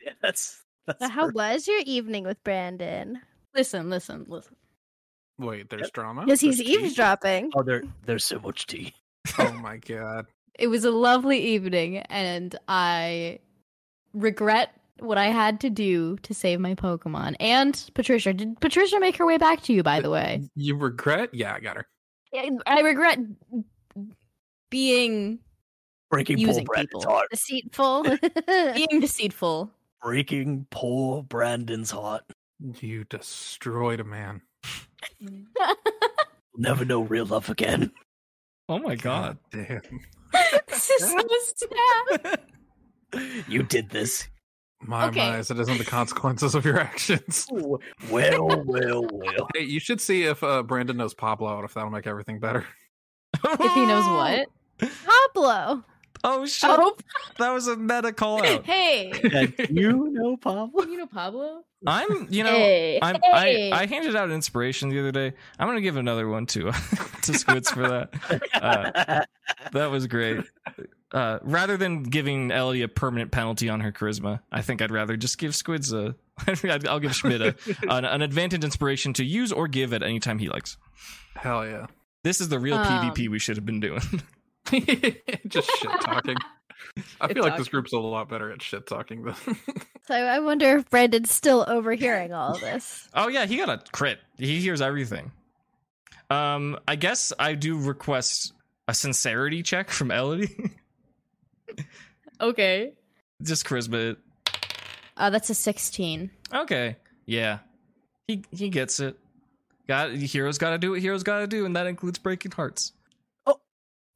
Speaker 2: Yeah, that's that's
Speaker 3: So how
Speaker 2: perfect.
Speaker 3: was your evening with Brandon?
Speaker 4: listen, listen, listen.
Speaker 5: Wait, there's
Speaker 2: Yep.
Speaker 5: drama?
Speaker 3: Because he's
Speaker 5: There's tea?
Speaker 3: eavesdropping.
Speaker 2: Oh, there, there's so much tea.
Speaker 5: Oh my god.
Speaker 4: It was a lovely evening, and I regret what I had to do to save my Pokemon. And Patricia, did Patricia make her way back to you? By the way,
Speaker 5: You regret? Yeah, I got her.
Speaker 4: And I regret being
Speaker 2: Breaking poor
Speaker 4: Using
Speaker 2: Brandon's
Speaker 4: people.
Speaker 2: heart.
Speaker 3: Deceitful.
Speaker 4: being deceitful.
Speaker 2: Breaking poor Brandon's heart.
Speaker 5: You destroyed a man.
Speaker 2: You'll never know real love again.
Speaker 1: oh my god
Speaker 5: damn.
Speaker 4: this is so sad.
Speaker 2: You did this.
Speaker 5: My
Speaker 4: Okay.
Speaker 5: my, so it isn't the consequences of your actions.
Speaker 2: Well, well, well.
Speaker 5: Hey, you should see if uh, Brandon knows Pablo and if that'll make everything better.
Speaker 4: If he knows what.
Speaker 3: Pablo.
Speaker 1: oh shit
Speaker 4: Oh,
Speaker 1: that was a meta call out
Speaker 4: hey,
Speaker 2: And you know, Pablo.
Speaker 4: you know Pablo.
Speaker 1: I'm you know
Speaker 4: hey,
Speaker 1: I'm,
Speaker 4: hey.
Speaker 1: I, I handed out inspiration the other day. I'm gonna give another one to to Squids for that. Uh, that was great. Uh, rather than giving Ellie a permanent penalty on her charisma, I think I'd rather just give Squids a. I'll give Schmidt a, an, an advantage inspiration to use or give at any time he likes.
Speaker 5: Hell yeah.
Speaker 1: This is the real
Speaker 4: Um,
Speaker 1: PvP we should have been doing.
Speaker 5: Just shit talking. I
Speaker 4: Shit
Speaker 5: feel like
Speaker 4: talking.
Speaker 5: this group's a lot better at shit talking than
Speaker 3: So I wonder if Brandon's still overhearing all of this.
Speaker 1: Oh yeah, he got a crit. He hears everything. Um, I guess I do request a sincerity check from Ellie.
Speaker 4: okay.
Speaker 1: just charisma
Speaker 4: Uh, that's a sixteen.
Speaker 1: Okay. Yeah. He he gets it. Got heroes got to do what heroes got to do, and that includes breaking hearts.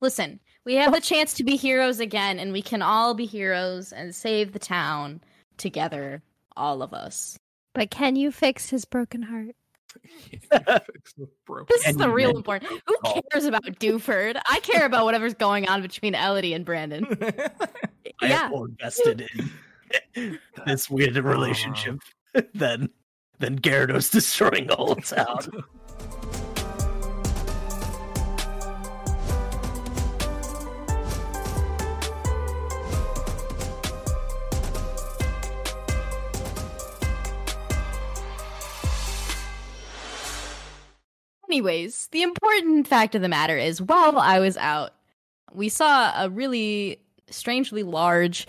Speaker 4: Listen, we have the chance to be heroes again, and we can all be heroes and save the town together, all of us.
Speaker 3: But can you fix his broken heart?
Speaker 5: Fix the broken.
Speaker 4: This is the
Speaker 2: And
Speaker 4: real
Speaker 2: then-
Speaker 4: important. Who
Speaker 2: Oh.
Speaker 4: cares about Duford? I care about whatever's going on between Elodie and Brandon.
Speaker 2: I
Speaker 4: yeah.
Speaker 2: am more invested in this weird relationship than than Gyarados destroying the whole town.
Speaker 4: Anyways, the important fact of the matter is while I was out, we saw a really strangely large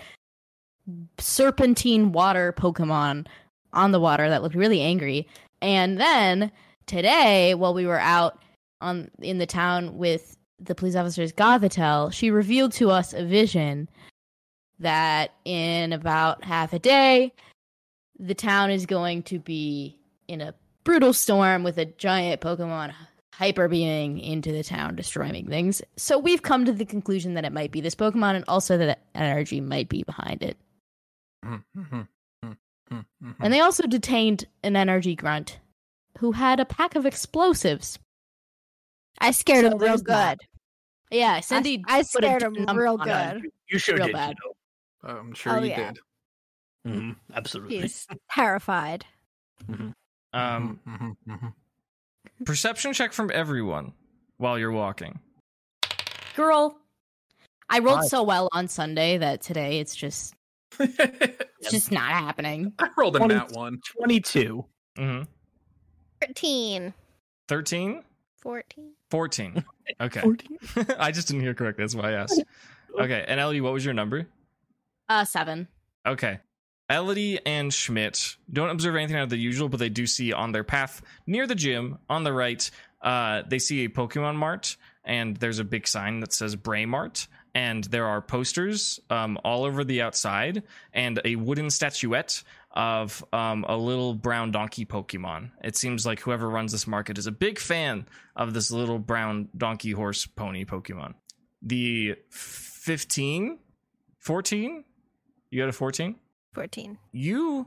Speaker 4: serpentine water Pokemon on the water that looked really angry. And then today, while we were out on in the town with the police officer's Gothitelle, she revealed to us a vision that in about half a day, the town is going to be in a brutal storm with a giant Pokemon hyper beaming into the town, destroying things. So we've come to the conclusion that it might be this Pokemon, and also that energy might be behind it.
Speaker 5: Mm-hmm.
Speaker 4: And they also detained an energy grunt who had a pack of explosives.
Speaker 3: I scared
Speaker 4: So
Speaker 3: him real
Speaker 4: there's that.
Speaker 3: good.
Speaker 4: Yeah, Cindy.
Speaker 3: I
Speaker 4: put a
Speaker 3: scared him
Speaker 4: jump
Speaker 3: real
Speaker 4: on him.
Speaker 3: good.
Speaker 2: You sure
Speaker 4: Real
Speaker 2: did.
Speaker 4: bad.
Speaker 5: I'm sure
Speaker 3: Oh,
Speaker 5: you
Speaker 3: yeah.
Speaker 5: did.
Speaker 2: You know. Mhm, Absolutely.
Speaker 3: He's terrified.
Speaker 1: Um,
Speaker 5: Mhm, mhm, mhm.
Speaker 1: perception check from everyone while you're walking.
Speaker 4: Girl, I rolled
Speaker 2: Nice.
Speaker 4: so well on Sunday that today it's just it's just not happening.
Speaker 5: I rolled a
Speaker 2: Twenty-
Speaker 5: nat one.
Speaker 2: 22.
Speaker 1: Mm-hmm.
Speaker 3: 13.
Speaker 1: 13?
Speaker 3: 14.
Speaker 1: 14. Okay.
Speaker 2: 14.
Speaker 1: I just didn't hear correctly. That's why I asked. Okay. And Elodie, what was your number?
Speaker 4: Uh, seven.
Speaker 1: Okay. Elodie and Schmidt don't observe anything out of the usual, but they do see on their path near the gym on the right, uh, they see a Pokemon Mart, and there's a big sign that says Braymart. And there are posters um, all over the outside, and a wooden statuette of um, a little brown donkey Pokemon. It seems like whoever runs this market is a big fan of this little brown donkey horse pony Pokemon. The 15, 14, you got a 14?
Speaker 3: 14.
Speaker 1: You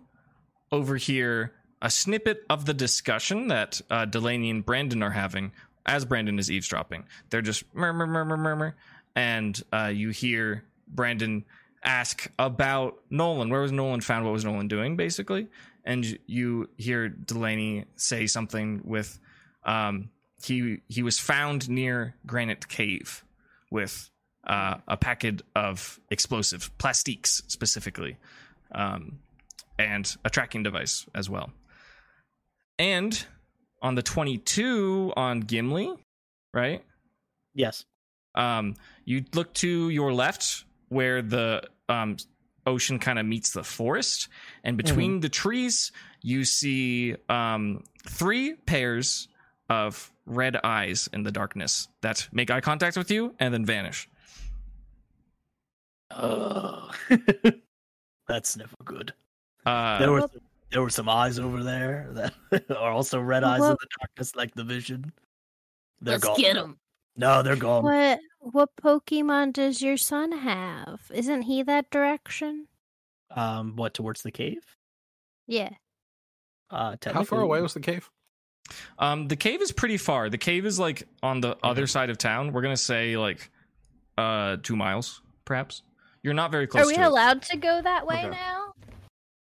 Speaker 1: overhear a snippet of the discussion that uh, Delaney and Brandon are having as Brandon is eavesdropping. They're just murmur, murmur, murmur. And uh, you hear Brandon ask about Nolan. Where was Nolan found? What was Nolan doing, basically? And you hear Delaney say something with, um, he, he was found near Granite Cave with uh, a packet of explosive plastiques specifically um, and a tracking device as well. And on the 22 on Gimli, right?
Speaker 2: Yes.
Speaker 1: Um, you look to your left where the um, ocean kind of meets the forest, and between the trees, you see um, three pairs of red eyes in the darkness that make eye contact with you and then vanish.
Speaker 2: Uh, that's never good.
Speaker 1: Uh,
Speaker 2: there were there were some eyes over there that are also red eyes in
Speaker 3: Well-
Speaker 2: the darkness, like the vision. They're
Speaker 4: Let's
Speaker 2: gone.
Speaker 4: get him.
Speaker 2: No, they're
Speaker 4: Um,
Speaker 2: gone.
Speaker 3: What what Pokemon does your son have? Isn't he that direction?
Speaker 2: Um, what towards the cave?
Speaker 3: Yeah.
Speaker 2: Uh,
Speaker 5: How far
Speaker 2: technically-
Speaker 5: away was the cave?
Speaker 1: Um, the cave is pretty far. The cave is like on the other side of town. We're gonna say like uh two miles, perhaps. You're not very close.
Speaker 3: Are we
Speaker 1: to it.
Speaker 3: allowed to go that way
Speaker 5: Okay.
Speaker 3: now?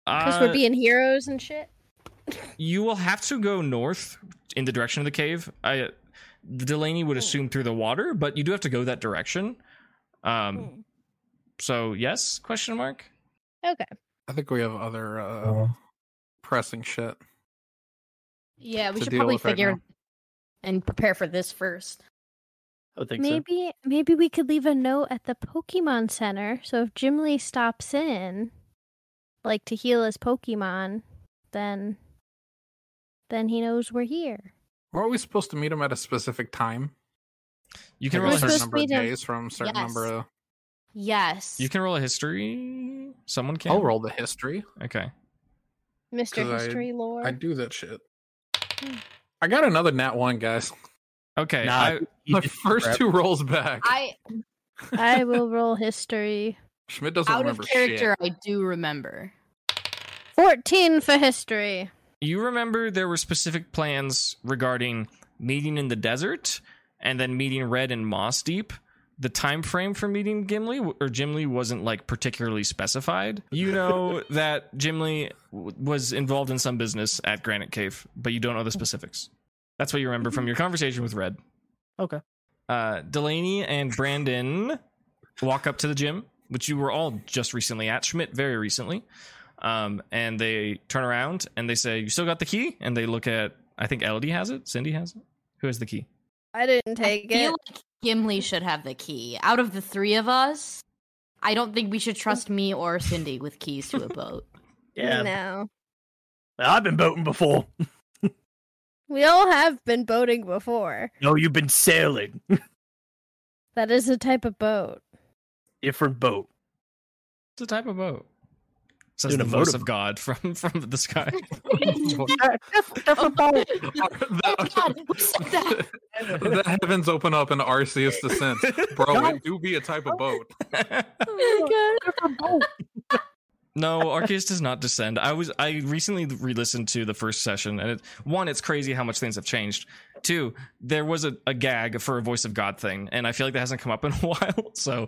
Speaker 3: Because
Speaker 1: Uh,
Speaker 3: we're being heroes and shit.
Speaker 1: you will have to go north in the direction of the cave. I Delaney
Speaker 3: Hmm.
Speaker 1: would assume through the water, but you do have to go that direction.
Speaker 3: Hmm.
Speaker 1: Um, so yes? Question mark.
Speaker 3: Okay.
Speaker 5: I think we have other uh,
Speaker 2: Uh,
Speaker 5: pressing shit.
Speaker 4: Yeah, we
Speaker 5: To
Speaker 4: should
Speaker 5: deal
Speaker 4: probably
Speaker 5: with right
Speaker 4: figure
Speaker 5: now.
Speaker 4: and prepare for this first.
Speaker 2: I would think so.
Speaker 3: Maybe maybe we could leave a note at the Pokemon Center. So if Jim Lee stops in, like to heal his Pokemon, then then he knows we're here.
Speaker 5: Weren't we supposed to meet him at a specific time?
Speaker 1: You can
Speaker 5: Like
Speaker 3: We're
Speaker 5: a
Speaker 1: roll. A
Speaker 3: supposed
Speaker 5: certain
Speaker 1: his-
Speaker 3: to
Speaker 5: number of
Speaker 3: meet him.
Speaker 5: days from a certain
Speaker 4: Yes.
Speaker 5: number of.
Speaker 4: Yes.
Speaker 1: you can roll a history. Someone can.
Speaker 5: I'll roll the history.
Speaker 1: Okay.
Speaker 3: Mr.
Speaker 5: 'Cause I-
Speaker 3: History Lore.
Speaker 5: I do that shit. I got another nat one, guys.
Speaker 1: Okay.
Speaker 2: Nah,
Speaker 1: I,
Speaker 2: you
Speaker 5: My
Speaker 2: just
Speaker 5: first
Speaker 2: grab-
Speaker 5: two rolls back.
Speaker 4: I
Speaker 3: I will roll history.
Speaker 5: Schmidt doesn't
Speaker 4: out of
Speaker 5: remember
Speaker 4: character I do remember.
Speaker 3: 14 for history.
Speaker 1: you remember there were specific plans regarding meeting in the desert and then meeting red and moss deep the time frame for meeting gimli or gimli wasn't like particularly specified you know that gimli w- was involved in some business at granite cave but you don't know the specifics that's what you remember from your conversation with red
Speaker 2: Okay.
Speaker 1: uh, delaney and brandon walk up to the gym which you were all just recently at schmidt very recently um, and they turn around and they say, "You still got the key?" And they look at, I think Elodie has it, Cindy has it. Who has the key?
Speaker 3: I didn't take
Speaker 4: I feel
Speaker 3: it.
Speaker 4: like Gimli should have the key. Out of the three of us, I don't think we should trust me or Cindy with keys to a boat.
Speaker 2: Yeah,
Speaker 3: No.
Speaker 2: I've been boating before.
Speaker 3: We all have been boating before.
Speaker 2: No, you've been sailing.
Speaker 3: That is a type of boat.
Speaker 2: Different boat.
Speaker 1: It's a type of boat. Says
Speaker 2: Dude,
Speaker 1: the
Speaker 2: a
Speaker 1: voice
Speaker 2: motor-
Speaker 1: of God from from the sky.
Speaker 4: different boat.
Speaker 1: Oh,
Speaker 5: The-
Speaker 4: God, we said that.
Speaker 5: the heavens open up and Arceus descends. Bro, it do be a type of boat.
Speaker 4: Oh my God.
Speaker 1: no, Arceus does not descend. I was I recently re-listened to the first session, and it, one, it's crazy how much things have changed. Two, there was a, a gag for a voice of God thing, and I feel like that hasn't come up in a while. So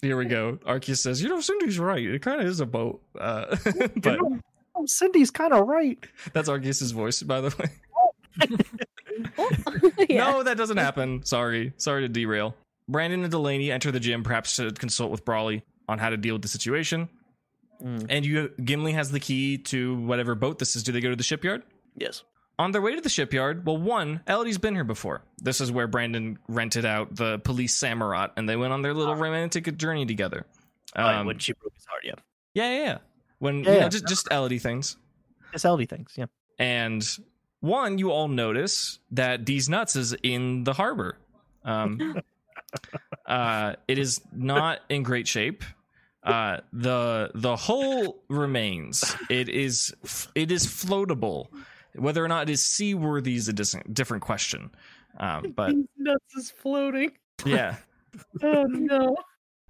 Speaker 1: here we go. Arceus says, "You know, Cindy's right. It kind of is a boat." Uh, but
Speaker 2: Oh, Cindy's kind of right.
Speaker 1: that's Arceus's voice, by the way.
Speaker 3: yeah.
Speaker 1: No, that doesn't happen. Sorry. Sorry to derail. Brandon and Delaney enter the gym, perhaps to consult with Brawley on how to deal with the situation.
Speaker 2: Mm.
Speaker 1: And you Gimli has the key to whatever boat this is. Do they go to the shipyard?
Speaker 2: Yes.
Speaker 1: On their way to the shipyard, well, one, Elodie's been here before. This is where Brandon rented out the police Samurott, and they went on their little romantic journey together.
Speaker 2: Right,
Speaker 1: Um,
Speaker 2: when she broke his heart, yeah.
Speaker 1: yeah, yeah, yeah. When
Speaker 2: Yeah,
Speaker 1: you know,
Speaker 2: yeah.
Speaker 1: just just Elodie things.
Speaker 2: Salty things, yeah.
Speaker 1: And one, you all notice that D's Nuts is in the harbor. Um, uh, it is not in great shape. Uh, the the hull remains. It is it is floatable. Whether or not it is seaworthy is a dis- different question. Um, but
Speaker 2: nuts is floating.
Speaker 1: yeah,
Speaker 2: Oh no.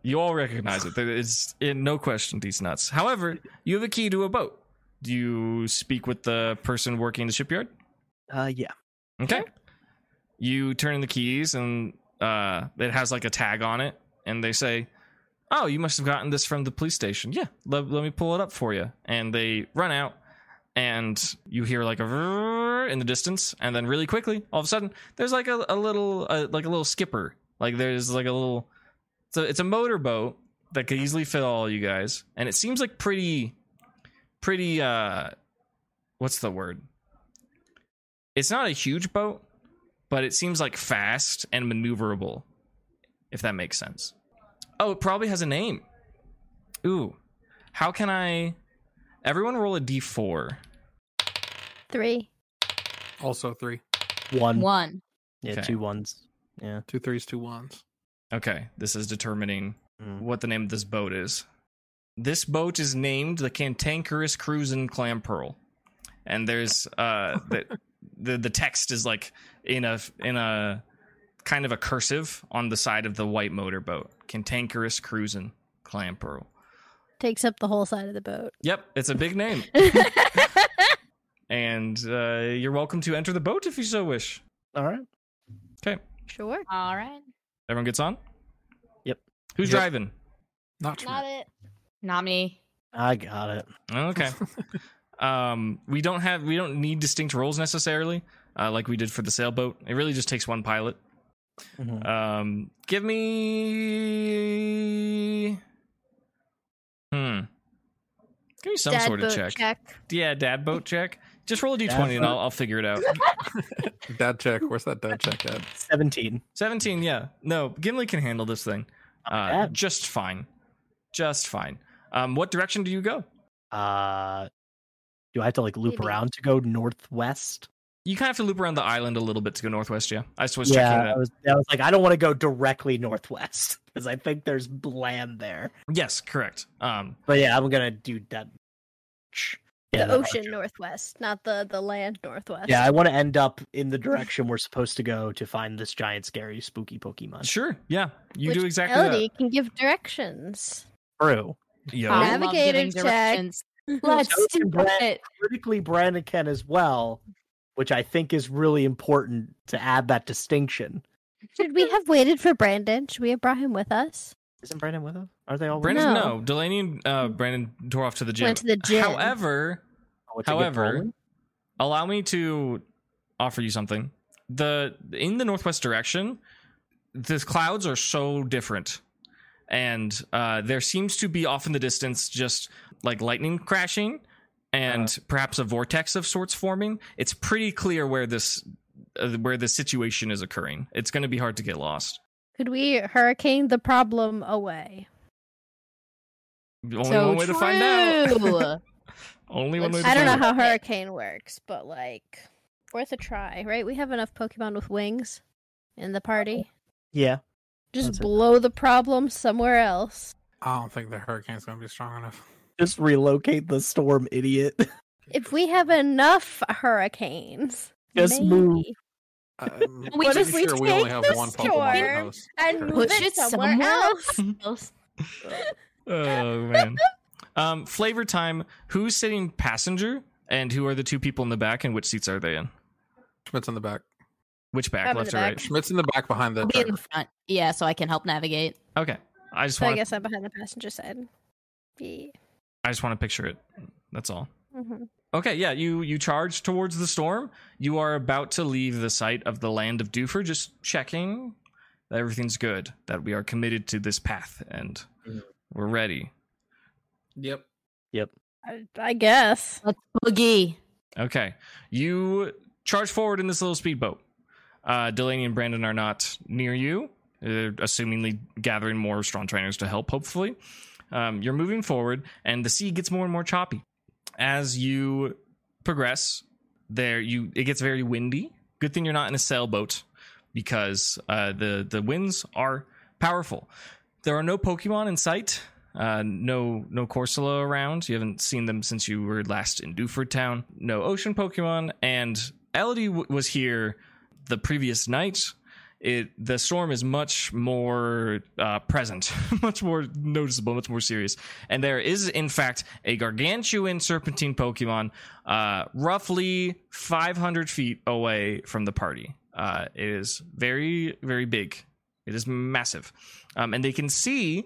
Speaker 1: you all recognize it. That It's in no question these nuts. However, you have a key to a boat. Do you speak with the person working the shipyard?
Speaker 2: Uh yeah.
Speaker 1: Okay. You turn in the keys and uh, it has like a tag on it, and they say, "Oh, you must have gotten this from the police station." Yeah, let, let me pull it up for you. And they run out, and you hear like a "Vrrr" in the distance, and then really quickly, all of a sudden, there's like a, a little uh, like a little skipper, like there's like a little, so it's a motorboat that could easily fit all you guys, and it seems like pretty, pretty uh, what's the word? it's not a huge boat, but it seems like fast and maneuverable, if that makes sense. Oh, it probably has a name. Ooh, how can I? Everyone roll a d4.
Speaker 3: Three.
Speaker 5: Also three.
Speaker 2: One.
Speaker 4: One.
Speaker 2: Yeah,
Speaker 1: Okay.
Speaker 2: two ones.
Speaker 5: Two threes, two ones.
Speaker 1: Okay, this is determining
Speaker 2: Mm.
Speaker 1: what the name of this boat is. This boat is named the Cantankerous Cruisin' Clam Pearl, and there's uh the, the the text is like in a in a kind of a cursive on the side of the white motorboat. Cantankerous Cruisin' Clam Pearl.
Speaker 3: Takes up the whole side of the boat.
Speaker 1: Yep, it's a big name, and uh, you're welcome to enter the boat if you so wish.
Speaker 2: All right.
Speaker 3: sure.
Speaker 4: All right.
Speaker 1: Everyone gets on.
Speaker 2: Yep.
Speaker 1: Who's
Speaker 5: Yep.
Speaker 1: driving?
Speaker 5: Not true.
Speaker 4: Not it. Not me.
Speaker 2: I got it.
Speaker 1: Okay. um we don't have we don't need distinct roles necessarily uh, like we did for the sailboat it really just takes one pilot
Speaker 2: Mhm.
Speaker 1: um give me hmm give me some
Speaker 3: Dad
Speaker 1: sort of
Speaker 3: boat
Speaker 1: check.
Speaker 3: check.
Speaker 1: yeah dad boat check just roll a d20
Speaker 2: Dad
Speaker 1: and
Speaker 2: boat.
Speaker 1: I'll, I'll figure it out
Speaker 5: Dad check. Where's that dad check at?
Speaker 2: Seventeen.
Speaker 1: 17 yeah no gimli can handle this thing uh
Speaker 2: bad.
Speaker 1: just fine just fine um what direction do you go
Speaker 2: Uh do I have to like loop
Speaker 3: Maybe.
Speaker 2: around to go northwest?
Speaker 1: you kind of have to loop around the island a little bit to go northwest yeah i was checking that
Speaker 2: yeah, I was, I was like, I don't want to go directly northwest because I think there's bland there.
Speaker 1: yes correct um
Speaker 2: But yeah, I'm gonna do that. Yeah,
Speaker 3: the
Speaker 2: that-
Speaker 3: ocean northwest, not the, the land northwest.
Speaker 2: Yeah, I want to end up in the direction we're supposed to go to find this giant, scary, spooky Pokemon.
Speaker 1: Sure. Yeah. You
Speaker 3: Which
Speaker 1: do exactly
Speaker 3: Elodie can give directions.
Speaker 2: True.
Speaker 1: that. Yo.
Speaker 3: Yeah.
Speaker 4: I love
Speaker 3: Navigator
Speaker 4: giving
Speaker 3: check.
Speaker 4: directions. Let's
Speaker 2: So
Speaker 4: do
Speaker 2: can Brad.
Speaker 4: it.
Speaker 2: Critically, Brandon can as well, which I think is really important to add that distinction.
Speaker 3: Should we have waited for Brandon? Should we have brought him with us?
Speaker 2: Isn't Brandon with us? Are they all? with
Speaker 1: Brandon,
Speaker 2: us?
Speaker 1: no. Delaney and uh, Brandon tore off to the gym.
Speaker 3: Went to the gym.
Speaker 1: However,
Speaker 2: Oh, it's a good
Speaker 1: However-
Speaker 2: bowling?
Speaker 1: allow me to offer you something. The in the northwest direction, the clouds are so different, and uh, there seems to be off in the distance just like lightning crashing and perhaps a vortex of sorts forming. It's pretty clear where this uh, where the situation is occurring. It's going to be hard to get lost.
Speaker 3: Could we hurricane the problem away?
Speaker 1: Only one way to find out.
Speaker 4: true.
Speaker 1: Only one way
Speaker 4: Let's-
Speaker 1: to
Speaker 3: I don't
Speaker 1: find
Speaker 3: know
Speaker 1: out.
Speaker 3: how hurricane works, but like worth a try, right? We have enough Pokemon with wings in the party.
Speaker 2: Yeah. Oh,
Speaker 3: Just
Speaker 2: That's it.
Speaker 3: blow the problem somewhere else.
Speaker 5: I don't think the hurricane's gonna be strong enough.
Speaker 2: Just relocate the storm, idiot.
Speaker 3: If we have enough hurricanes,
Speaker 2: Just
Speaker 3: maybe.
Speaker 2: move.
Speaker 5: I'm
Speaker 3: We
Speaker 5: pretty
Speaker 3: just- we
Speaker 5: Um, sure we only
Speaker 3: take
Speaker 5: have
Speaker 3: the
Speaker 5: one Pokemon
Speaker 3: storm
Speaker 5: at most.
Speaker 3: and
Speaker 5: Correct.
Speaker 3: move
Speaker 4: Push
Speaker 3: it
Speaker 4: it
Speaker 3: somewhere,
Speaker 4: somewhere
Speaker 3: else.
Speaker 4: Else-
Speaker 1: Oh man. Um, flavor time. Who's sitting passenger, and who are the two people in the back, and which seats are they in?
Speaker 5: Schmidt's in the back.
Speaker 1: Which back,
Speaker 3: I'm in
Speaker 1: left
Speaker 3: the
Speaker 1: or
Speaker 3: back.
Speaker 5: Schmidt's in the back behind the
Speaker 4: I'll be in
Speaker 5: driver.
Speaker 4: the front. Yeah, so I can help navigate.
Speaker 1: right? Okay. I just
Speaker 3: So I
Speaker 1: want.
Speaker 3: guess I'm behind the passenger side. Yeah.
Speaker 1: I just want to picture it. That's all.
Speaker 3: Mhm.
Speaker 1: Okay, yeah, you you charge towards the storm. You are about to leave the site of the land of Dufer, just checking that everything's good, that we are committed to this path and
Speaker 5: Mhm.
Speaker 1: we're ready.
Speaker 5: Yep.
Speaker 3: I, I guess.
Speaker 4: Let's boogie.
Speaker 1: Okay. You charge forward in this little speedboat. Uh, Delaney and Brandon are not near you. They're assumingly gathering more strong trainers to help, hopefully. Um, you're moving forward, and the sea gets more and more choppy. As you progress, there you it gets very windy. Good thing you're not in a sailboat because uh, the the winds are powerful. There are no Pokemon in sight. Uh, no, no Corsola around. You haven't seen them since you were last in Duford Town. No ocean Pokemon, and Elodie w- was here the previous night. It the storm is much more uh, present, much more noticeable, much more serious, and there is in fact a gargantuan serpentine Pokemon, uh, roughly 500 feet away from the party. Uh, it is very, very big. It is massive, um, and they can see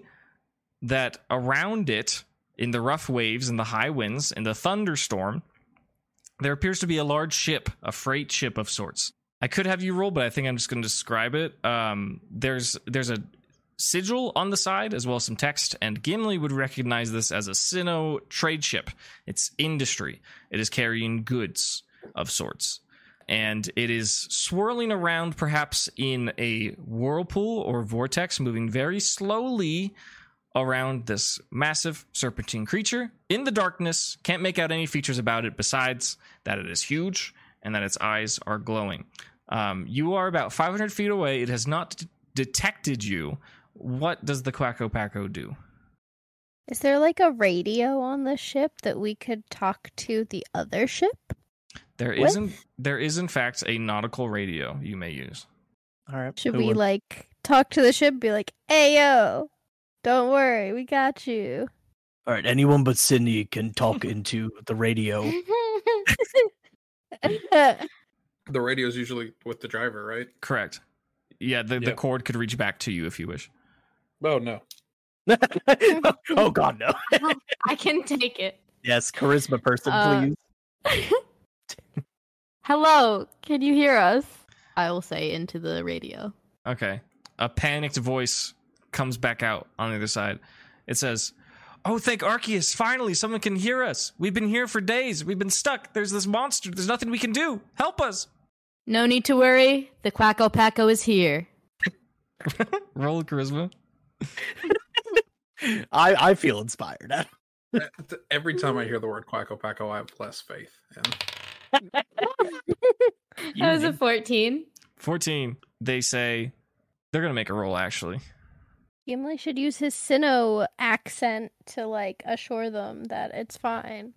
Speaker 1: that around it, in the rough waves and the high winds and the thunderstorm, there appears to be a large ship, a freight ship of sorts. I could have you roll, but I think I'm just going to describe it. Um, there's there's a sigil on the side as well as some text, and Gimli would recognize this as a Sinnoh trade ship. It's industry. It is carrying goods of sorts. And it is swirling around, perhaps in a whirlpool or vortex, moving very slowly around this massive serpentine creature in the darkness. Can't make out any features about it besides that it is huge and that its eyes are glowing. Um, you are about 500 feet away. It has not d- detected you. What does the Quacko Paco do?
Speaker 3: Is there like a radio on the ship that we could talk to the other ship?
Speaker 1: There
Speaker 3: What?
Speaker 1: isn't. There is in fact a nautical radio you may use.
Speaker 2: All right.
Speaker 3: Should
Speaker 2: who
Speaker 3: we
Speaker 2: would-
Speaker 3: like talk to the ship? and Be like, "Ayo, don't worry, we got you."
Speaker 2: All right. Anyone but Sydney can talk into the radio.
Speaker 5: The radio's usually with the driver, right?
Speaker 1: Correct. Yeah, the, the
Speaker 5: Yeah.
Speaker 1: cord could reach back to you if you wish.
Speaker 5: Oh no.
Speaker 2: oh God, no.
Speaker 4: I can take it.
Speaker 2: Yes, charisma person,
Speaker 4: Uh,
Speaker 2: please.
Speaker 4: Hello, can you hear us? I will say into the radio.
Speaker 1: Okay. A panicked voice comes back out on the other side. It says, Oh, thank Arceus. Finally, someone can hear us. We've been here for days. We've been stuck. There's this monster. There's nothing we can do. Help us.
Speaker 4: No need to worry. The Quacko Paco is here.
Speaker 1: Roll charisma.
Speaker 2: I I feel inspired.
Speaker 5: Every time I hear the word Quacko Paco, I have less faith. And
Speaker 4: I was a 14.
Speaker 1: 14. They say, They're going to make a roll, actually.
Speaker 3: Gimli should use his Sinnoh accent to like assure them that it's fine.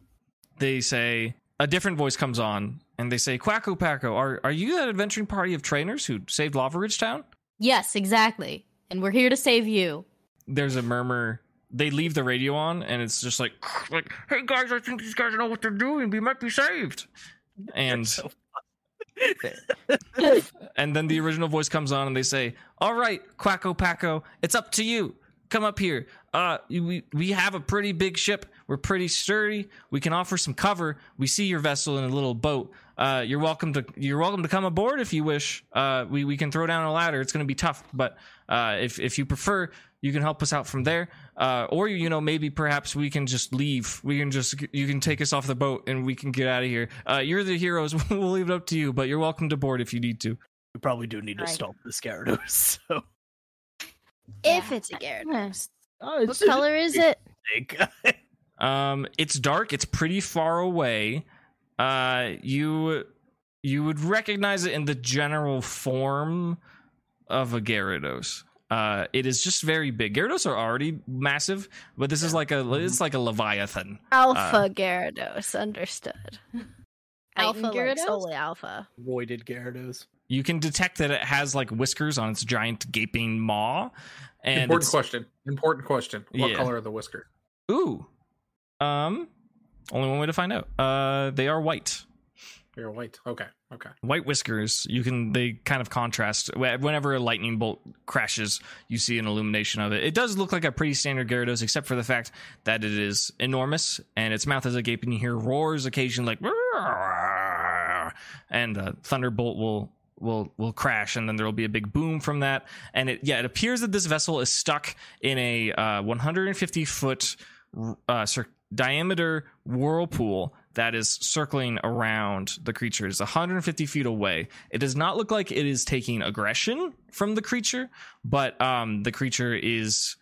Speaker 1: They say, A different voice comes on and they say, Quacko Paco, are, are you that adventuring party of trainers who saved Lava Ridge Town?
Speaker 4: Yes, exactly. And we're here to save you.
Speaker 1: there's a murmur. They leave the radio on, and it's just like, like, hey guys, I think these guys know what they're doing. We might be saved. And and then the original voice comes on, and they say, "All right, Quacko Paco, it's up to you. Come up here. Uh, we we have a pretty big ship. We're pretty sturdy. We can offer some cover. We see your vessel in a little boat. Uh, you're welcome to you're welcome to come aboard if you wish. Uh, we we can throw down a ladder. It's going to be tough, but uh, if if you prefer, You can help us out from there, uh, or you know maybe perhaps we can just leave. We can just you can take us off the boat and we can get out of here. Uh, you're the heroes. we'll leave it up to you, but you're welcome to board if you need to.
Speaker 2: We probably do need to
Speaker 4: Right.
Speaker 2: stop the Gyarados. So
Speaker 4: Yeah.
Speaker 6: it's a
Speaker 4: Gyarados.
Speaker 2: oh,
Speaker 3: What color is it?
Speaker 2: it?
Speaker 1: Um, it's dark. It's pretty far away. Uh, you you would recognize it in the general form of a Gyarados. Uh, it is just very big. Gyarados are already massive, but this is like a it's like a Leviathan.
Speaker 2: Uh.
Speaker 3: Alpha Gyarados, understood. Alpha
Speaker 4: Titan
Speaker 3: like
Speaker 4: Gyarados?
Speaker 3: solely alpha.
Speaker 2: Voided Gyarados.
Speaker 1: You can detect that it has like whiskers on its giant gaping maw, and
Speaker 5: Important
Speaker 1: it's-
Speaker 5: question. Important question. What
Speaker 1: Yeah.
Speaker 5: color are the whiskers?
Speaker 1: ooh, um, only one way to find out. Uh, they are white.
Speaker 5: They're white. Okay. Okay.
Speaker 1: white whiskers you can they kind of contrast Wh- whenever a lightning bolt crashes you see an illumination of it it does look like a pretty standard gyarados except for the fact that it is enormous and its mouth is agape and you hear roars occasionally like "Roar," and a thunderbolt will will will crash and then there will be a big boom from that and it yeah it appears that this vessel is stuck in a uh, 150 foot uh, cir- diameter whirlpool that is circling around the creature. It is 150 feet away. It does not look like it is taking aggression from the creature, but um, the creature is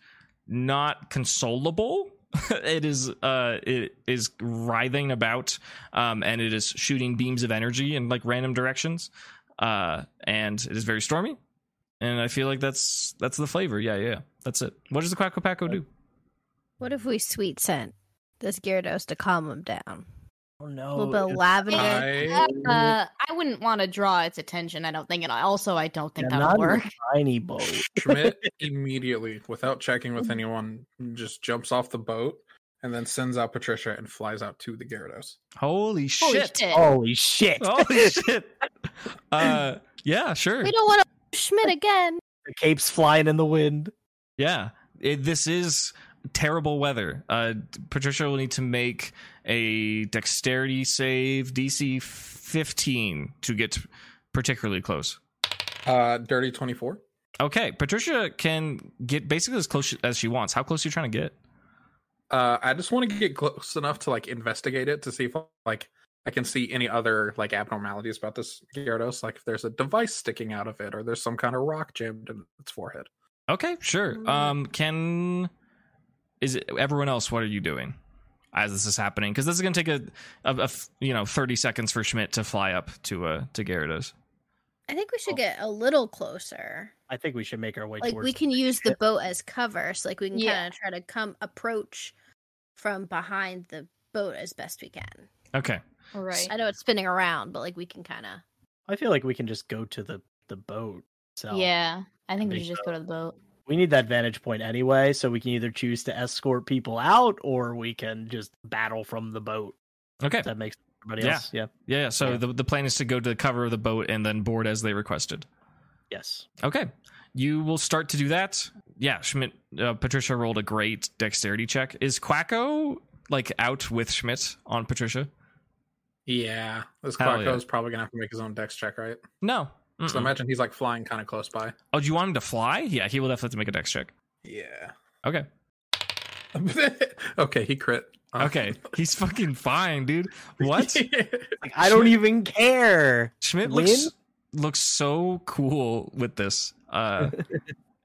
Speaker 1: not consolable. it is uh, it is writhing about, um, and it is shooting beams of energy in like random directions, uh, and it is very stormy. And I feel like that's that's the flavor. Yeah, yeah, that's it. What does the Quacko Paco do?
Speaker 3: What if we sweet scent this Gyarados to calm him down?
Speaker 2: Oh
Speaker 3: A
Speaker 2: no.
Speaker 3: little bit of lavender.
Speaker 5: I
Speaker 4: Uh, I wouldn't want to draw its attention. I don't think, and I- also I don't think that
Speaker 2: not
Speaker 4: would
Speaker 2: in a
Speaker 4: work.
Speaker 2: tiny boat.
Speaker 5: Schmidt immediately, without checking
Speaker 4: Mm-hmm.
Speaker 5: with anyone, just jumps off the boat and then sends out Patricia and flies out to the Gyarados.
Speaker 1: Holy shit!
Speaker 4: Holy shit!
Speaker 2: Holy shit.
Speaker 1: Holy Oh, shit. Uh, yeah, sure.
Speaker 3: We don't want to Schmidt again.
Speaker 2: The cape's flying in the wind.
Speaker 1: Yeah, It- this is terrible weather. Uh, Patricia will need to make a dexterity save DC 15 to get particularly close.
Speaker 5: Uh, Dirty 24.
Speaker 1: Okay, Patricia can get basically as close as she wants. How close are you trying to get?
Speaker 5: Uh, I just want to get close enough to like investigate it to see if like I can see any other like abnormalities about this Gyarados, like if there's a device sticking out of it or there's some kind of rock jammed in its forehead.
Speaker 1: Okay,
Speaker 3: Mm-hmm.
Speaker 1: sure. Um, can is it, everyone else? What are you doing as this is happening? Because this is gonna take a, a- a f- you know thirty seconds for Schmidt to fly up to uh to Gyarados.
Speaker 6: I think we should
Speaker 2: Oh.
Speaker 6: get a little closer.
Speaker 2: I think we should make our way
Speaker 6: Like
Speaker 2: towards
Speaker 6: we can use the boat as cover, so like we can
Speaker 4: Yeah.
Speaker 6: kind of try to come approach from behind the boat as best we can.
Speaker 1: Okay,
Speaker 4: Right.
Speaker 6: I know it's spinning around, but like we can kind of
Speaker 2: I feel like we can just go to the the boat. So
Speaker 4: Yeah, I think we
Speaker 2: think
Speaker 4: should just
Speaker 2: so.
Speaker 4: go to the boat.
Speaker 2: we need that vantage point anyway, so we can either choose to escort people out or we can just battle from the boat.
Speaker 1: okay,
Speaker 2: If that makes everybody
Speaker 1: Yeah.
Speaker 2: else. Yeah.
Speaker 1: yeah. yeah. So
Speaker 2: Yeah.
Speaker 1: the the plan is to go to the cover of the boat and then board as they requested.
Speaker 2: Yes.
Speaker 1: Okay, you will start to do that. Yeah, Schmidt. Uh, Patricia rolled a great dexterity check. Is Quacko like out with Schmidt on Patricia?
Speaker 5: Yeah, this
Speaker 1: Hell
Speaker 5: Quacko
Speaker 1: yeah.
Speaker 5: is probably gonna have to make his own dex check, right?
Speaker 1: No.
Speaker 5: So
Speaker 1: Mm-mm.
Speaker 5: imagine he's like flying kind of close by.
Speaker 1: Oh, do you want him to fly? Yeah, he will definitely have to make a dex check.
Speaker 5: Yeah.
Speaker 1: Okay.
Speaker 5: okay, he crit. Um,
Speaker 1: Okay, he's fucking fine, dude. What?
Speaker 2: Like I don't even care.
Speaker 1: Schmidt
Speaker 2: Win?
Speaker 1: looks looks so cool with this. Uh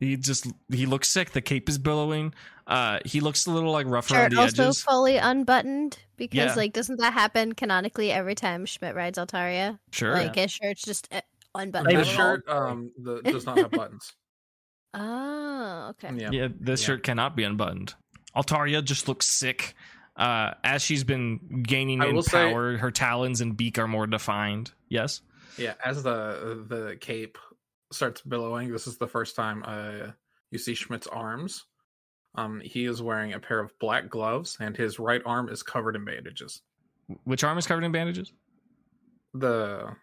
Speaker 1: he just he looks sick. The cape is billowing. Uh he looks a little like rough around
Speaker 3: Shirt
Speaker 1: the
Speaker 3: also
Speaker 1: edges.
Speaker 3: fully unbuttoned because
Speaker 1: Yeah.
Speaker 3: like doesn't that happen canonically every time Schmidt rides Altaria?
Speaker 1: sure.
Speaker 3: Like his shirt's just uh, unbuttoned.
Speaker 2: Maybe
Speaker 5: the
Speaker 3: all the way.
Speaker 5: shirt um the, does not have buttons.
Speaker 3: Oh, okay.
Speaker 5: Yeah.
Speaker 1: yeah. this
Speaker 5: Yeah.
Speaker 1: shirt cannot be unbuttoned. Altaria just looks sick. Uh as she's been gaining
Speaker 5: I
Speaker 1: in
Speaker 5: will say-
Speaker 1: power, her talons and beak are more defined. Yes.
Speaker 5: Yeah, as the the cape starts billowing, this is the first time uh you see Schmidt's arms. Um he is wearing a pair of black gloves and his right arm is covered in bandages.
Speaker 1: Which arm is covered in bandages?
Speaker 5: The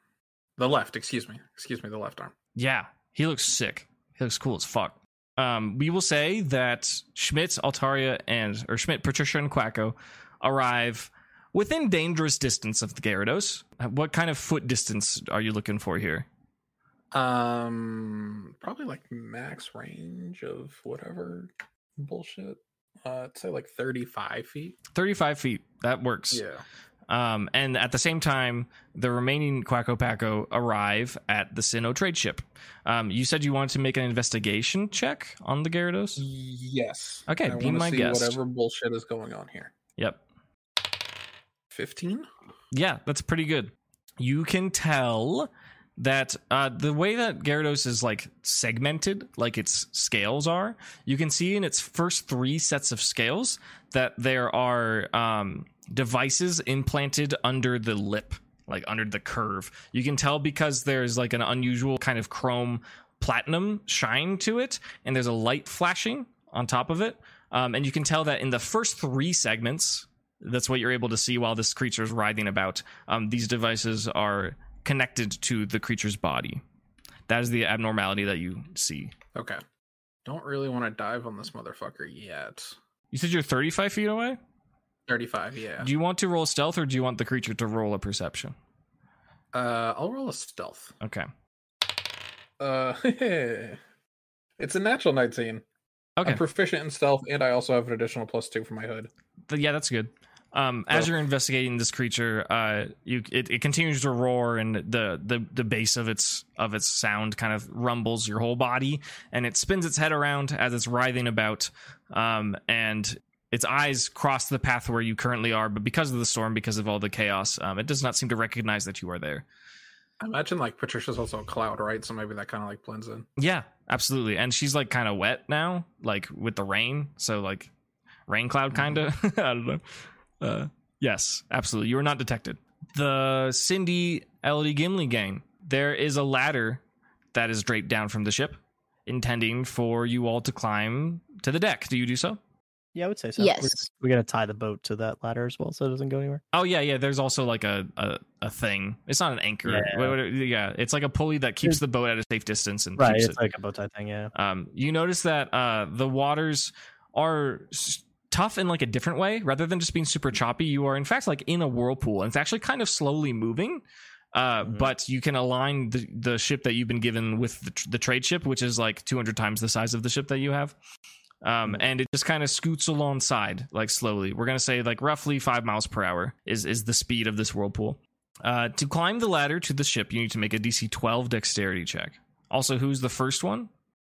Speaker 5: the left, excuse me. Excuse me, the left arm.
Speaker 1: Yeah, he looks sick. He looks cool as fuck. Um, we will say that Schmidt, Altaria, and or Schmidt, Patricia, and Quacko arrive within dangerous distance of the Gyarados. Uh, What kind of foot distance are you looking for here?
Speaker 5: Um, probably like max range of whatever bullshit. Uh, I'd say like thirty-five feet.
Speaker 1: 35 feet. That works. Um, and at the same time, the remaining Quacko Paco arrive at the Sinnoh trade ship. Um, you said you wanted to make an investigation check on the
Speaker 5: Mm-hmm.
Speaker 1: Gyarados?
Speaker 5: Yes.
Speaker 1: Okay,
Speaker 5: I
Speaker 1: be
Speaker 5: wanna
Speaker 1: my
Speaker 5: see
Speaker 1: guest.
Speaker 5: Whatever bullshit is going on here.
Speaker 1: Yep.
Speaker 5: Fifteen.
Speaker 1: Yeah, that's pretty good. You can tell that uh, the way that Gyarados is like segmented, like its scales are, you can see in its first three sets of scales that there are um, devices implanted under the lip, like under the curve. You can tell because there's like an unusual kind of chrome platinum shine to it, and there's a light flashing on top of it. Um, and you can tell that in the first three segments, that's what you're able to see while this creature is writhing about. Um, these devices are connected to the creature's body. That is the abnormality that you see.
Speaker 5: Okay. Don't really want to dive on this motherfucker yet.
Speaker 1: You said you're 35 feet away?
Speaker 5: Thirty-five. Yeah.
Speaker 1: Do you want to roll stealth or do you want the creature to roll a perception?
Speaker 5: Uh, I'll roll a stealth.
Speaker 1: Okay.
Speaker 5: Uh, it's a natural nineteen.
Speaker 1: Okay.
Speaker 5: I'm proficient in stealth, and I also have an additional plus two for my hood.
Speaker 1: Th- yeah, that's good. Um, as
Speaker 5: Oh.
Speaker 1: you're investigating this creature, uh, you it, it continues to roar, and the, the the base of its of its sound kind of rumbles your whole body, and it spins its head around as it's writhing about, um, and its eyes cross the path where you currently are. But because of the storm, because of all the chaos, um, it does not seem to recognize that you are there.
Speaker 5: I imagine like Patricia's also a cloud, right? So maybe that kind of like blends in.
Speaker 1: Yeah, absolutely. And she's like kind of wet now, like with the rain. So like rain cloud kind
Speaker 2: Mm-hmm.
Speaker 1: of. I don't know. Uh, yes, absolutely. You are not detected. The Cindy Elodie Gimli gang. There is a ladder that is draped down from the ship, intending for you all to climb to the deck. Do you do so?
Speaker 2: Yeah, I would say so.
Speaker 4: Yes.
Speaker 2: We're, we got to tie the boat to that ladder as well, so it doesn't go anywhere.
Speaker 1: Oh yeah, yeah. There's also like a a, a thing. It's not an anchor.
Speaker 2: Yeah.
Speaker 1: What- what- yeah, it's like a pulley that keeps the boat at a safe distance and
Speaker 2: Right,
Speaker 1: keeps
Speaker 2: it's
Speaker 1: it
Speaker 2: like a bow tie thing. Yeah.
Speaker 1: Um, you notice that uh, the waters are s- tough in like a different way, rather than just being super choppy. You are in fact like in a whirlpool, and it's actually kind of slowly moving. Uh,
Speaker 2: Mhm.
Speaker 1: But you can align the, the ship that you've been given with the, tr- the trade ship, which is like 200 times the size of the ship that you have. Um, and it just kind of scoots alongside like slowly. We're gonna say like roughly five miles per hour is is the speed of this whirlpool. Uh, to climb the ladder to the ship, you need to make a DC 12 dexterity check. Also, who's the first one?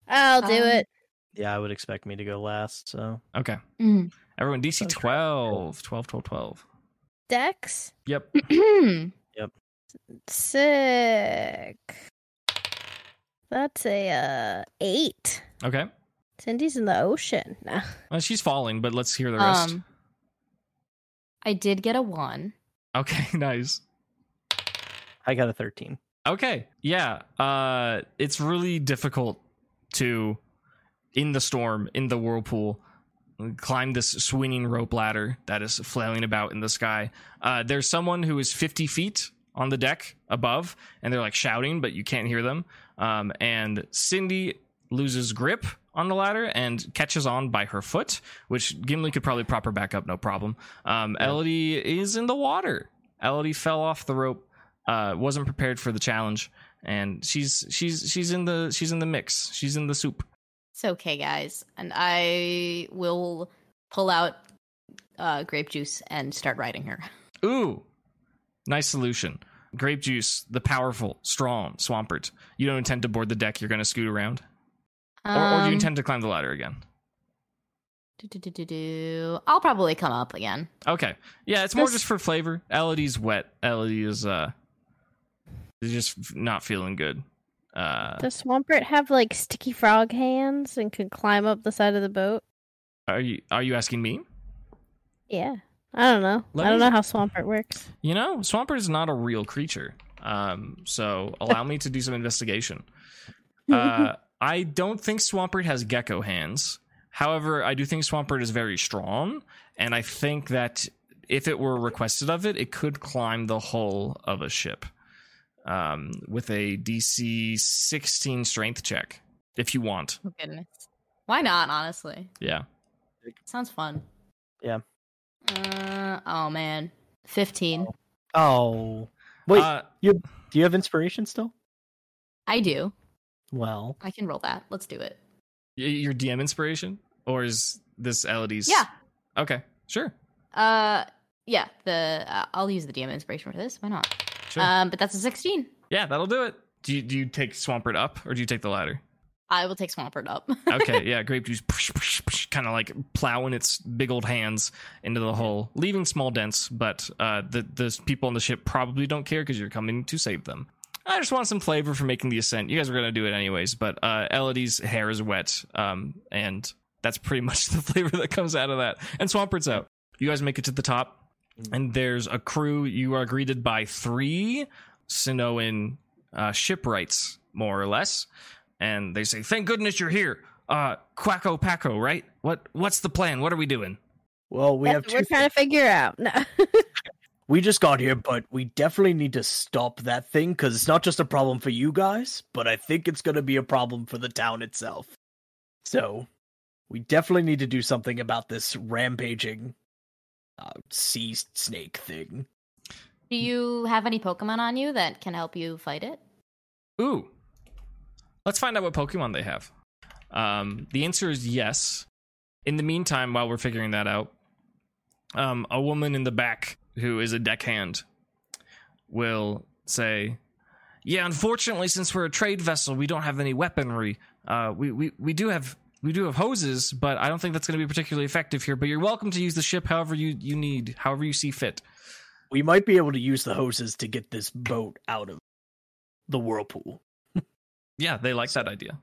Speaker 6: I'll do
Speaker 4: Um,
Speaker 6: it.
Speaker 2: Yeah, I would expect me to go last. So
Speaker 1: Okay.
Speaker 4: Mm.
Speaker 1: Everyone, DC
Speaker 2: Sounds right.
Speaker 1: 12, 12, 12, 12.
Speaker 6: Dex
Speaker 1: Yep.
Speaker 6: sick. That's a uh, eight.
Speaker 1: Okay.
Speaker 6: Cindy's in the ocean. Nah.
Speaker 1: Well, she's falling, but let's hear the rest.
Speaker 4: um, I did get a one.
Speaker 1: okay, nice.
Speaker 2: I got a thirteen.
Speaker 1: Okay. Yeah. Uh it's really difficult to in the storm, in the whirlpool, climb this swinging rope ladder that is flailing about in the sky. Uh there's someone who is 50 feet on the deck above and they're like shouting but you can't hear them. Um and Cindy loses grip on the ladder and catches on by her foot, which Gimli could probably prop her back up no problem. Um
Speaker 2: Yeah.
Speaker 1: Elodie is in the water. Elodie fell off the rope uh, wasn't prepared for the challenge, and she's she's she's in the she's in the mix. She's in the soup.
Speaker 4: It's okay, guys. And I will pull out uh, grape juice and start riding her.
Speaker 1: Ooh, nice solution. Grape juice, the powerful, strong Swampert. You don't intend to board the deck. You're going to scoot around, or, or do you
Speaker 4: Um,
Speaker 1: intend to climb the ladder again?
Speaker 4: do, do, do, do, do. I'll probably come up again.
Speaker 1: Okay, yeah, it's more
Speaker 4: This-
Speaker 1: just for flavor. Elodie's wet. Elodie is uh, is just f- not feeling good. Uh,
Speaker 6: Does Swampert have like sticky frog hands and can climb up the side of the boat?
Speaker 1: are you are you asking me?
Speaker 6: Yeah. I don't know.
Speaker 1: Let
Speaker 6: I don't
Speaker 1: me-
Speaker 6: know how Swampert works.
Speaker 1: You know, Swampert is not a real creature. Um, so allow me to do some investigation. Uh, I don't think Swampert has gecko hands. However, I do think Swampert is very strong, and I think that if it were requested of it, it could climb the hull of a ship um, with a DC 16 strength check if you want.
Speaker 4: Oh, goodness. Why not, honestly?
Speaker 1: Yeah.
Speaker 4: Sounds fun.
Speaker 2: Yeah.
Speaker 4: Uh, oh, man. 15.
Speaker 2: Oh, wait.
Speaker 1: Uh,
Speaker 2: do you have inspiration still?
Speaker 4: I do.
Speaker 2: Well,
Speaker 4: I can roll that. Let's do it.
Speaker 1: Y- Your DM inspiration, or is this Elodie's?
Speaker 4: Yeah.
Speaker 1: Okay. Sure.
Speaker 4: Uh, yeah. The uh, I'll use the DM inspiration for this. Why not?
Speaker 1: Sure.
Speaker 4: Um, but that's a sixteen.
Speaker 1: yeah, that'll do it. Do you do you take Swampert up, or do you take the ladder?
Speaker 4: I will take Swampert up.
Speaker 1: Okay. yeah. Grape juice, kind of like plowing its big old hands into the hole, leaving small dents. But uh, the the people on the ship probably don't care because you're coming to save them. I just want some flavor for making the ascent. You guys were gonna do it anyways, but uh, Elodie's hair is wet, um, and that's pretty much the flavor that comes out of that. And Swampert's out. You guys make it to the top, and there's a crew. You are greeted by three Sinoan uh, shipwrights, more or less, and they say, "Thank goodness you're here, uh, Quacko Paco, right? What what's the plan? What are we doing?"
Speaker 2: well, we have
Speaker 3: That's what
Speaker 2: two.
Speaker 3: we're trying to figure out. No.
Speaker 2: we just got here, but we definitely need to stop that thing because it's not just a problem for you guys, but I think it's going to be a problem for the town itself. So, we definitely need to do something about this rampaging uh, sea snake thing.
Speaker 4: do you have any Pokemon on you that can help you fight it?
Speaker 1: Ooh. Let's find out what Pokemon they have. Um, the answer is yes. In the meantime, while we're figuring that out, um, a woman in the back who is a deckhand will say, "Yeah, unfortunately, since we're a trade vessel, we don't have any weaponry. Uh, we, we we do have we do have hoses, but I don't think that's going to be particularly effective here. But you're welcome to use the ship however you you need, however you see fit."
Speaker 2: We might be able to use the hoses to get this boat out of the whirlpool.
Speaker 1: Yeah, they like that idea.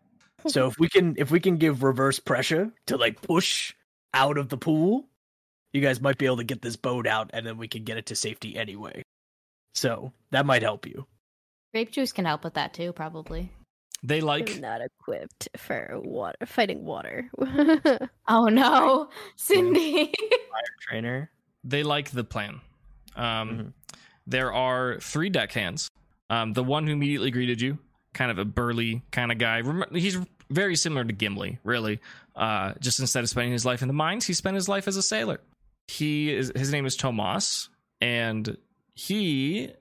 Speaker 2: So if we can if we can give reverse pressure to like push out of the pool, you guys might be able to get this boat out and then we can get it to safety anyway. So that might help you.
Speaker 4: Grape juice can help with that too, probably.
Speaker 1: They like
Speaker 3: I'm not equipped for water fighting water.
Speaker 4: Oh no, Cindy.
Speaker 2: Trainer.
Speaker 1: they like the plan. Um,
Speaker 2: Mhm.
Speaker 1: There are three deckhands. Um, the one who immediately greeted you, kind of a burly kind of guy. Rem- He's very similar to Gimli, really. Uh, just instead of spending his life in the mines, he spent his life as a sailor. He is his name is Tomas, and he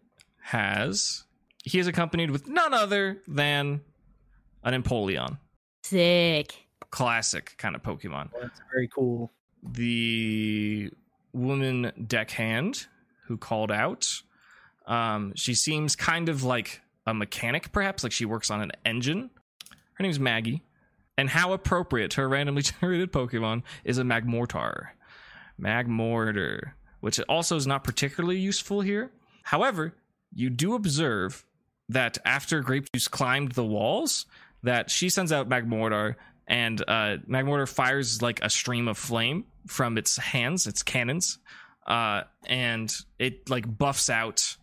Speaker 1: has he is accompanied with none other than an Empoleon,
Speaker 4: Sick.
Speaker 1: classic kind of Pokemon
Speaker 2: That's very cool.
Speaker 1: the woman deckhand who called out. Um, she seems kind of like a mechanic, perhaps, like she works on an engine. Her name's Maggie. And how appropriate her randomly generated Pokemon is a Magmortar. Magmortar, which also is not particularly useful here. However, you do observe that after Grape Juice climbed the walls, that she sends out Magmortar, and uh, Magmortar fires like a stream of flame from its hands, its cannons, uh, and it like buffs out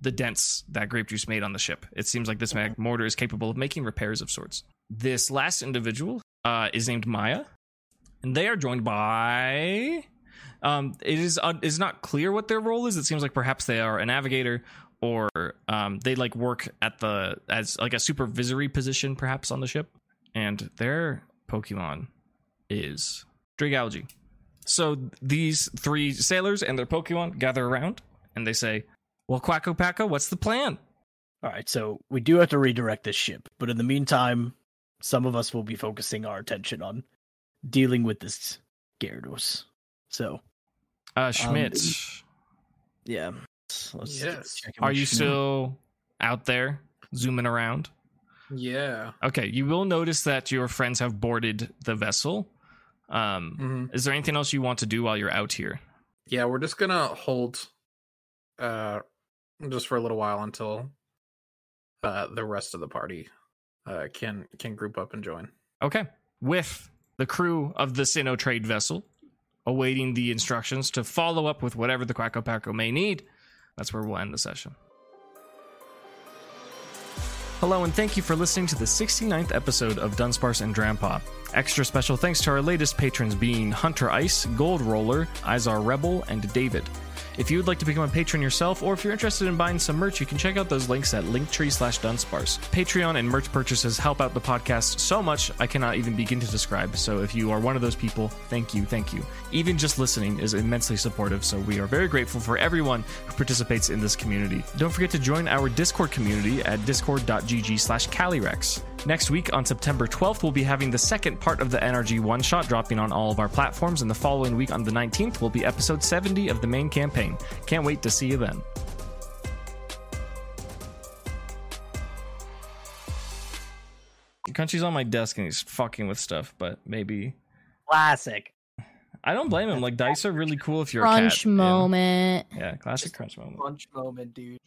Speaker 1: the dents that Grape Juice made on the ship. It seems like this Magmortar is capable of making repairs of sorts. This last individual uh, is named Maya, and they are joined by. Um, it is uh, is not clear what their role is. It seems like perhaps they are a navigator, or um, they like work at the as like a supervisory position, perhaps on the ship. And their Pokemon is Drigalge. So these three sailors and their Pokemon gather around, and they say, "Well, Quacko Paco, what's the plan?"
Speaker 2: Alright, so we do have to redirect this ship, but in the meantime, some of us will be focusing our attention on dealing with this Gyarados. So
Speaker 1: Uh, Schmidt,
Speaker 2: yeah. Let's
Speaker 5: Yes.
Speaker 2: check in
Speaker 1: are
Speaker 2: with
Speaker 1: you
Speaker 2: Schmidt.
Speaker 1: still out there zooming around?
Speaker 5: Yeah.
Speaker 1: Okay, you will notice that your friends have boarded the vessel. Um,
Speaker 5: hmm
Speaker 1: Is there anything else you want to do while you're out here?
Speaker 5: Yeah, we're just gonna hold uh just for a little while until uh the rest of the party uh can can group up and join.
Speaker 1: Okay, with the crew of the Sinnoh trade vessel, awaiting the instructions to follow up with whatever the Quacko Paco may need. That's where we'll end the session. Hello, and thank you for listening to the 69th episode of Dunsparce and Drampa. Extra special thanks to our latest patrons being Hunter Ice, Gold Roller, Izar Rebel, and David. If you would like to become a patron yourself, or if you're interested in buying some merch, you can check out those links at linktree slash dunsparce. Patreon and merch purchases help out the podcast so much I cannot even begin to describe. So if you are one of those people, thank you, thank you. Even just listening is immensely supportive, so we are very grateful for everyone who participates in this community. Don't forget to join our Discord community at discord.gg slash Calyrex. Next week on September 12th, we'll be having the second part of the NRG one shot dropping on all of our platforms, and the following week on the 19th will be episode 70 of the main campaign. Can't wait to see you then. Country's on my desk and he's fucking with stuff, but maybe
Speaker 2: Classic.
Speaker 1: I don't blame him. Like dice are really cool if you're a
Speaker 4: Crunch
Speaker 1: cat, you know?
Speaker 4: moment.
Speaker 1: Yeah, classic crunch moment.
Speaker 2: Crunch moment, dude.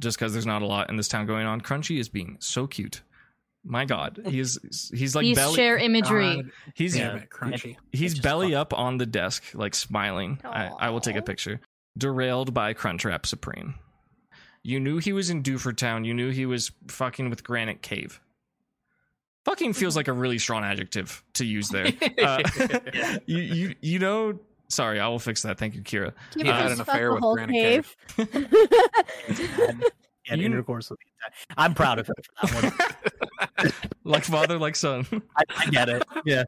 Speaker 1: just because there's not a lot in this town going on. Crunchy is being so cute. My God, he is he's like
Speaker 4: These
Speaker 1: belly
Speaker 4: share imagery.
Speaker 5: God
Speaker 1: he's
Speaker 5: damn it, crunchy.
Speaker 1: he's
Speaker 2: just
Speaker 1: belly
Speaker 2: fuck-
Speaker 1: up on the desk, like smiling. I, I will take a
Speaker 6: Aw.
Speaker 1: picture. Derailed by Crunchwrap Supreme. You knew he was in Duford Town. You knew he was fucking with Granite Cave. Fucking feels like a really strong adjective to use there. Uh, you, you you know. Sorry, I will fix that. Thank you, Kira.
Speaker 3: You
Speaker 5: He had
Speaker 3: just
Speaker 5: an
Speaker 3: fuck
Speaker 5: affair
Speaker 3: the
Speaker 5: with
Speaker 3: whole
Speaker 5: Granite Cave.
Speaker 3: cave.
Speaker 2: And
Speaker 1: You-
Speaker 2: intercourse with the entire- I'm proud of him for that one.
Speaker 1: Like father, like son.
Speaker 2: I, I get it. Yeah.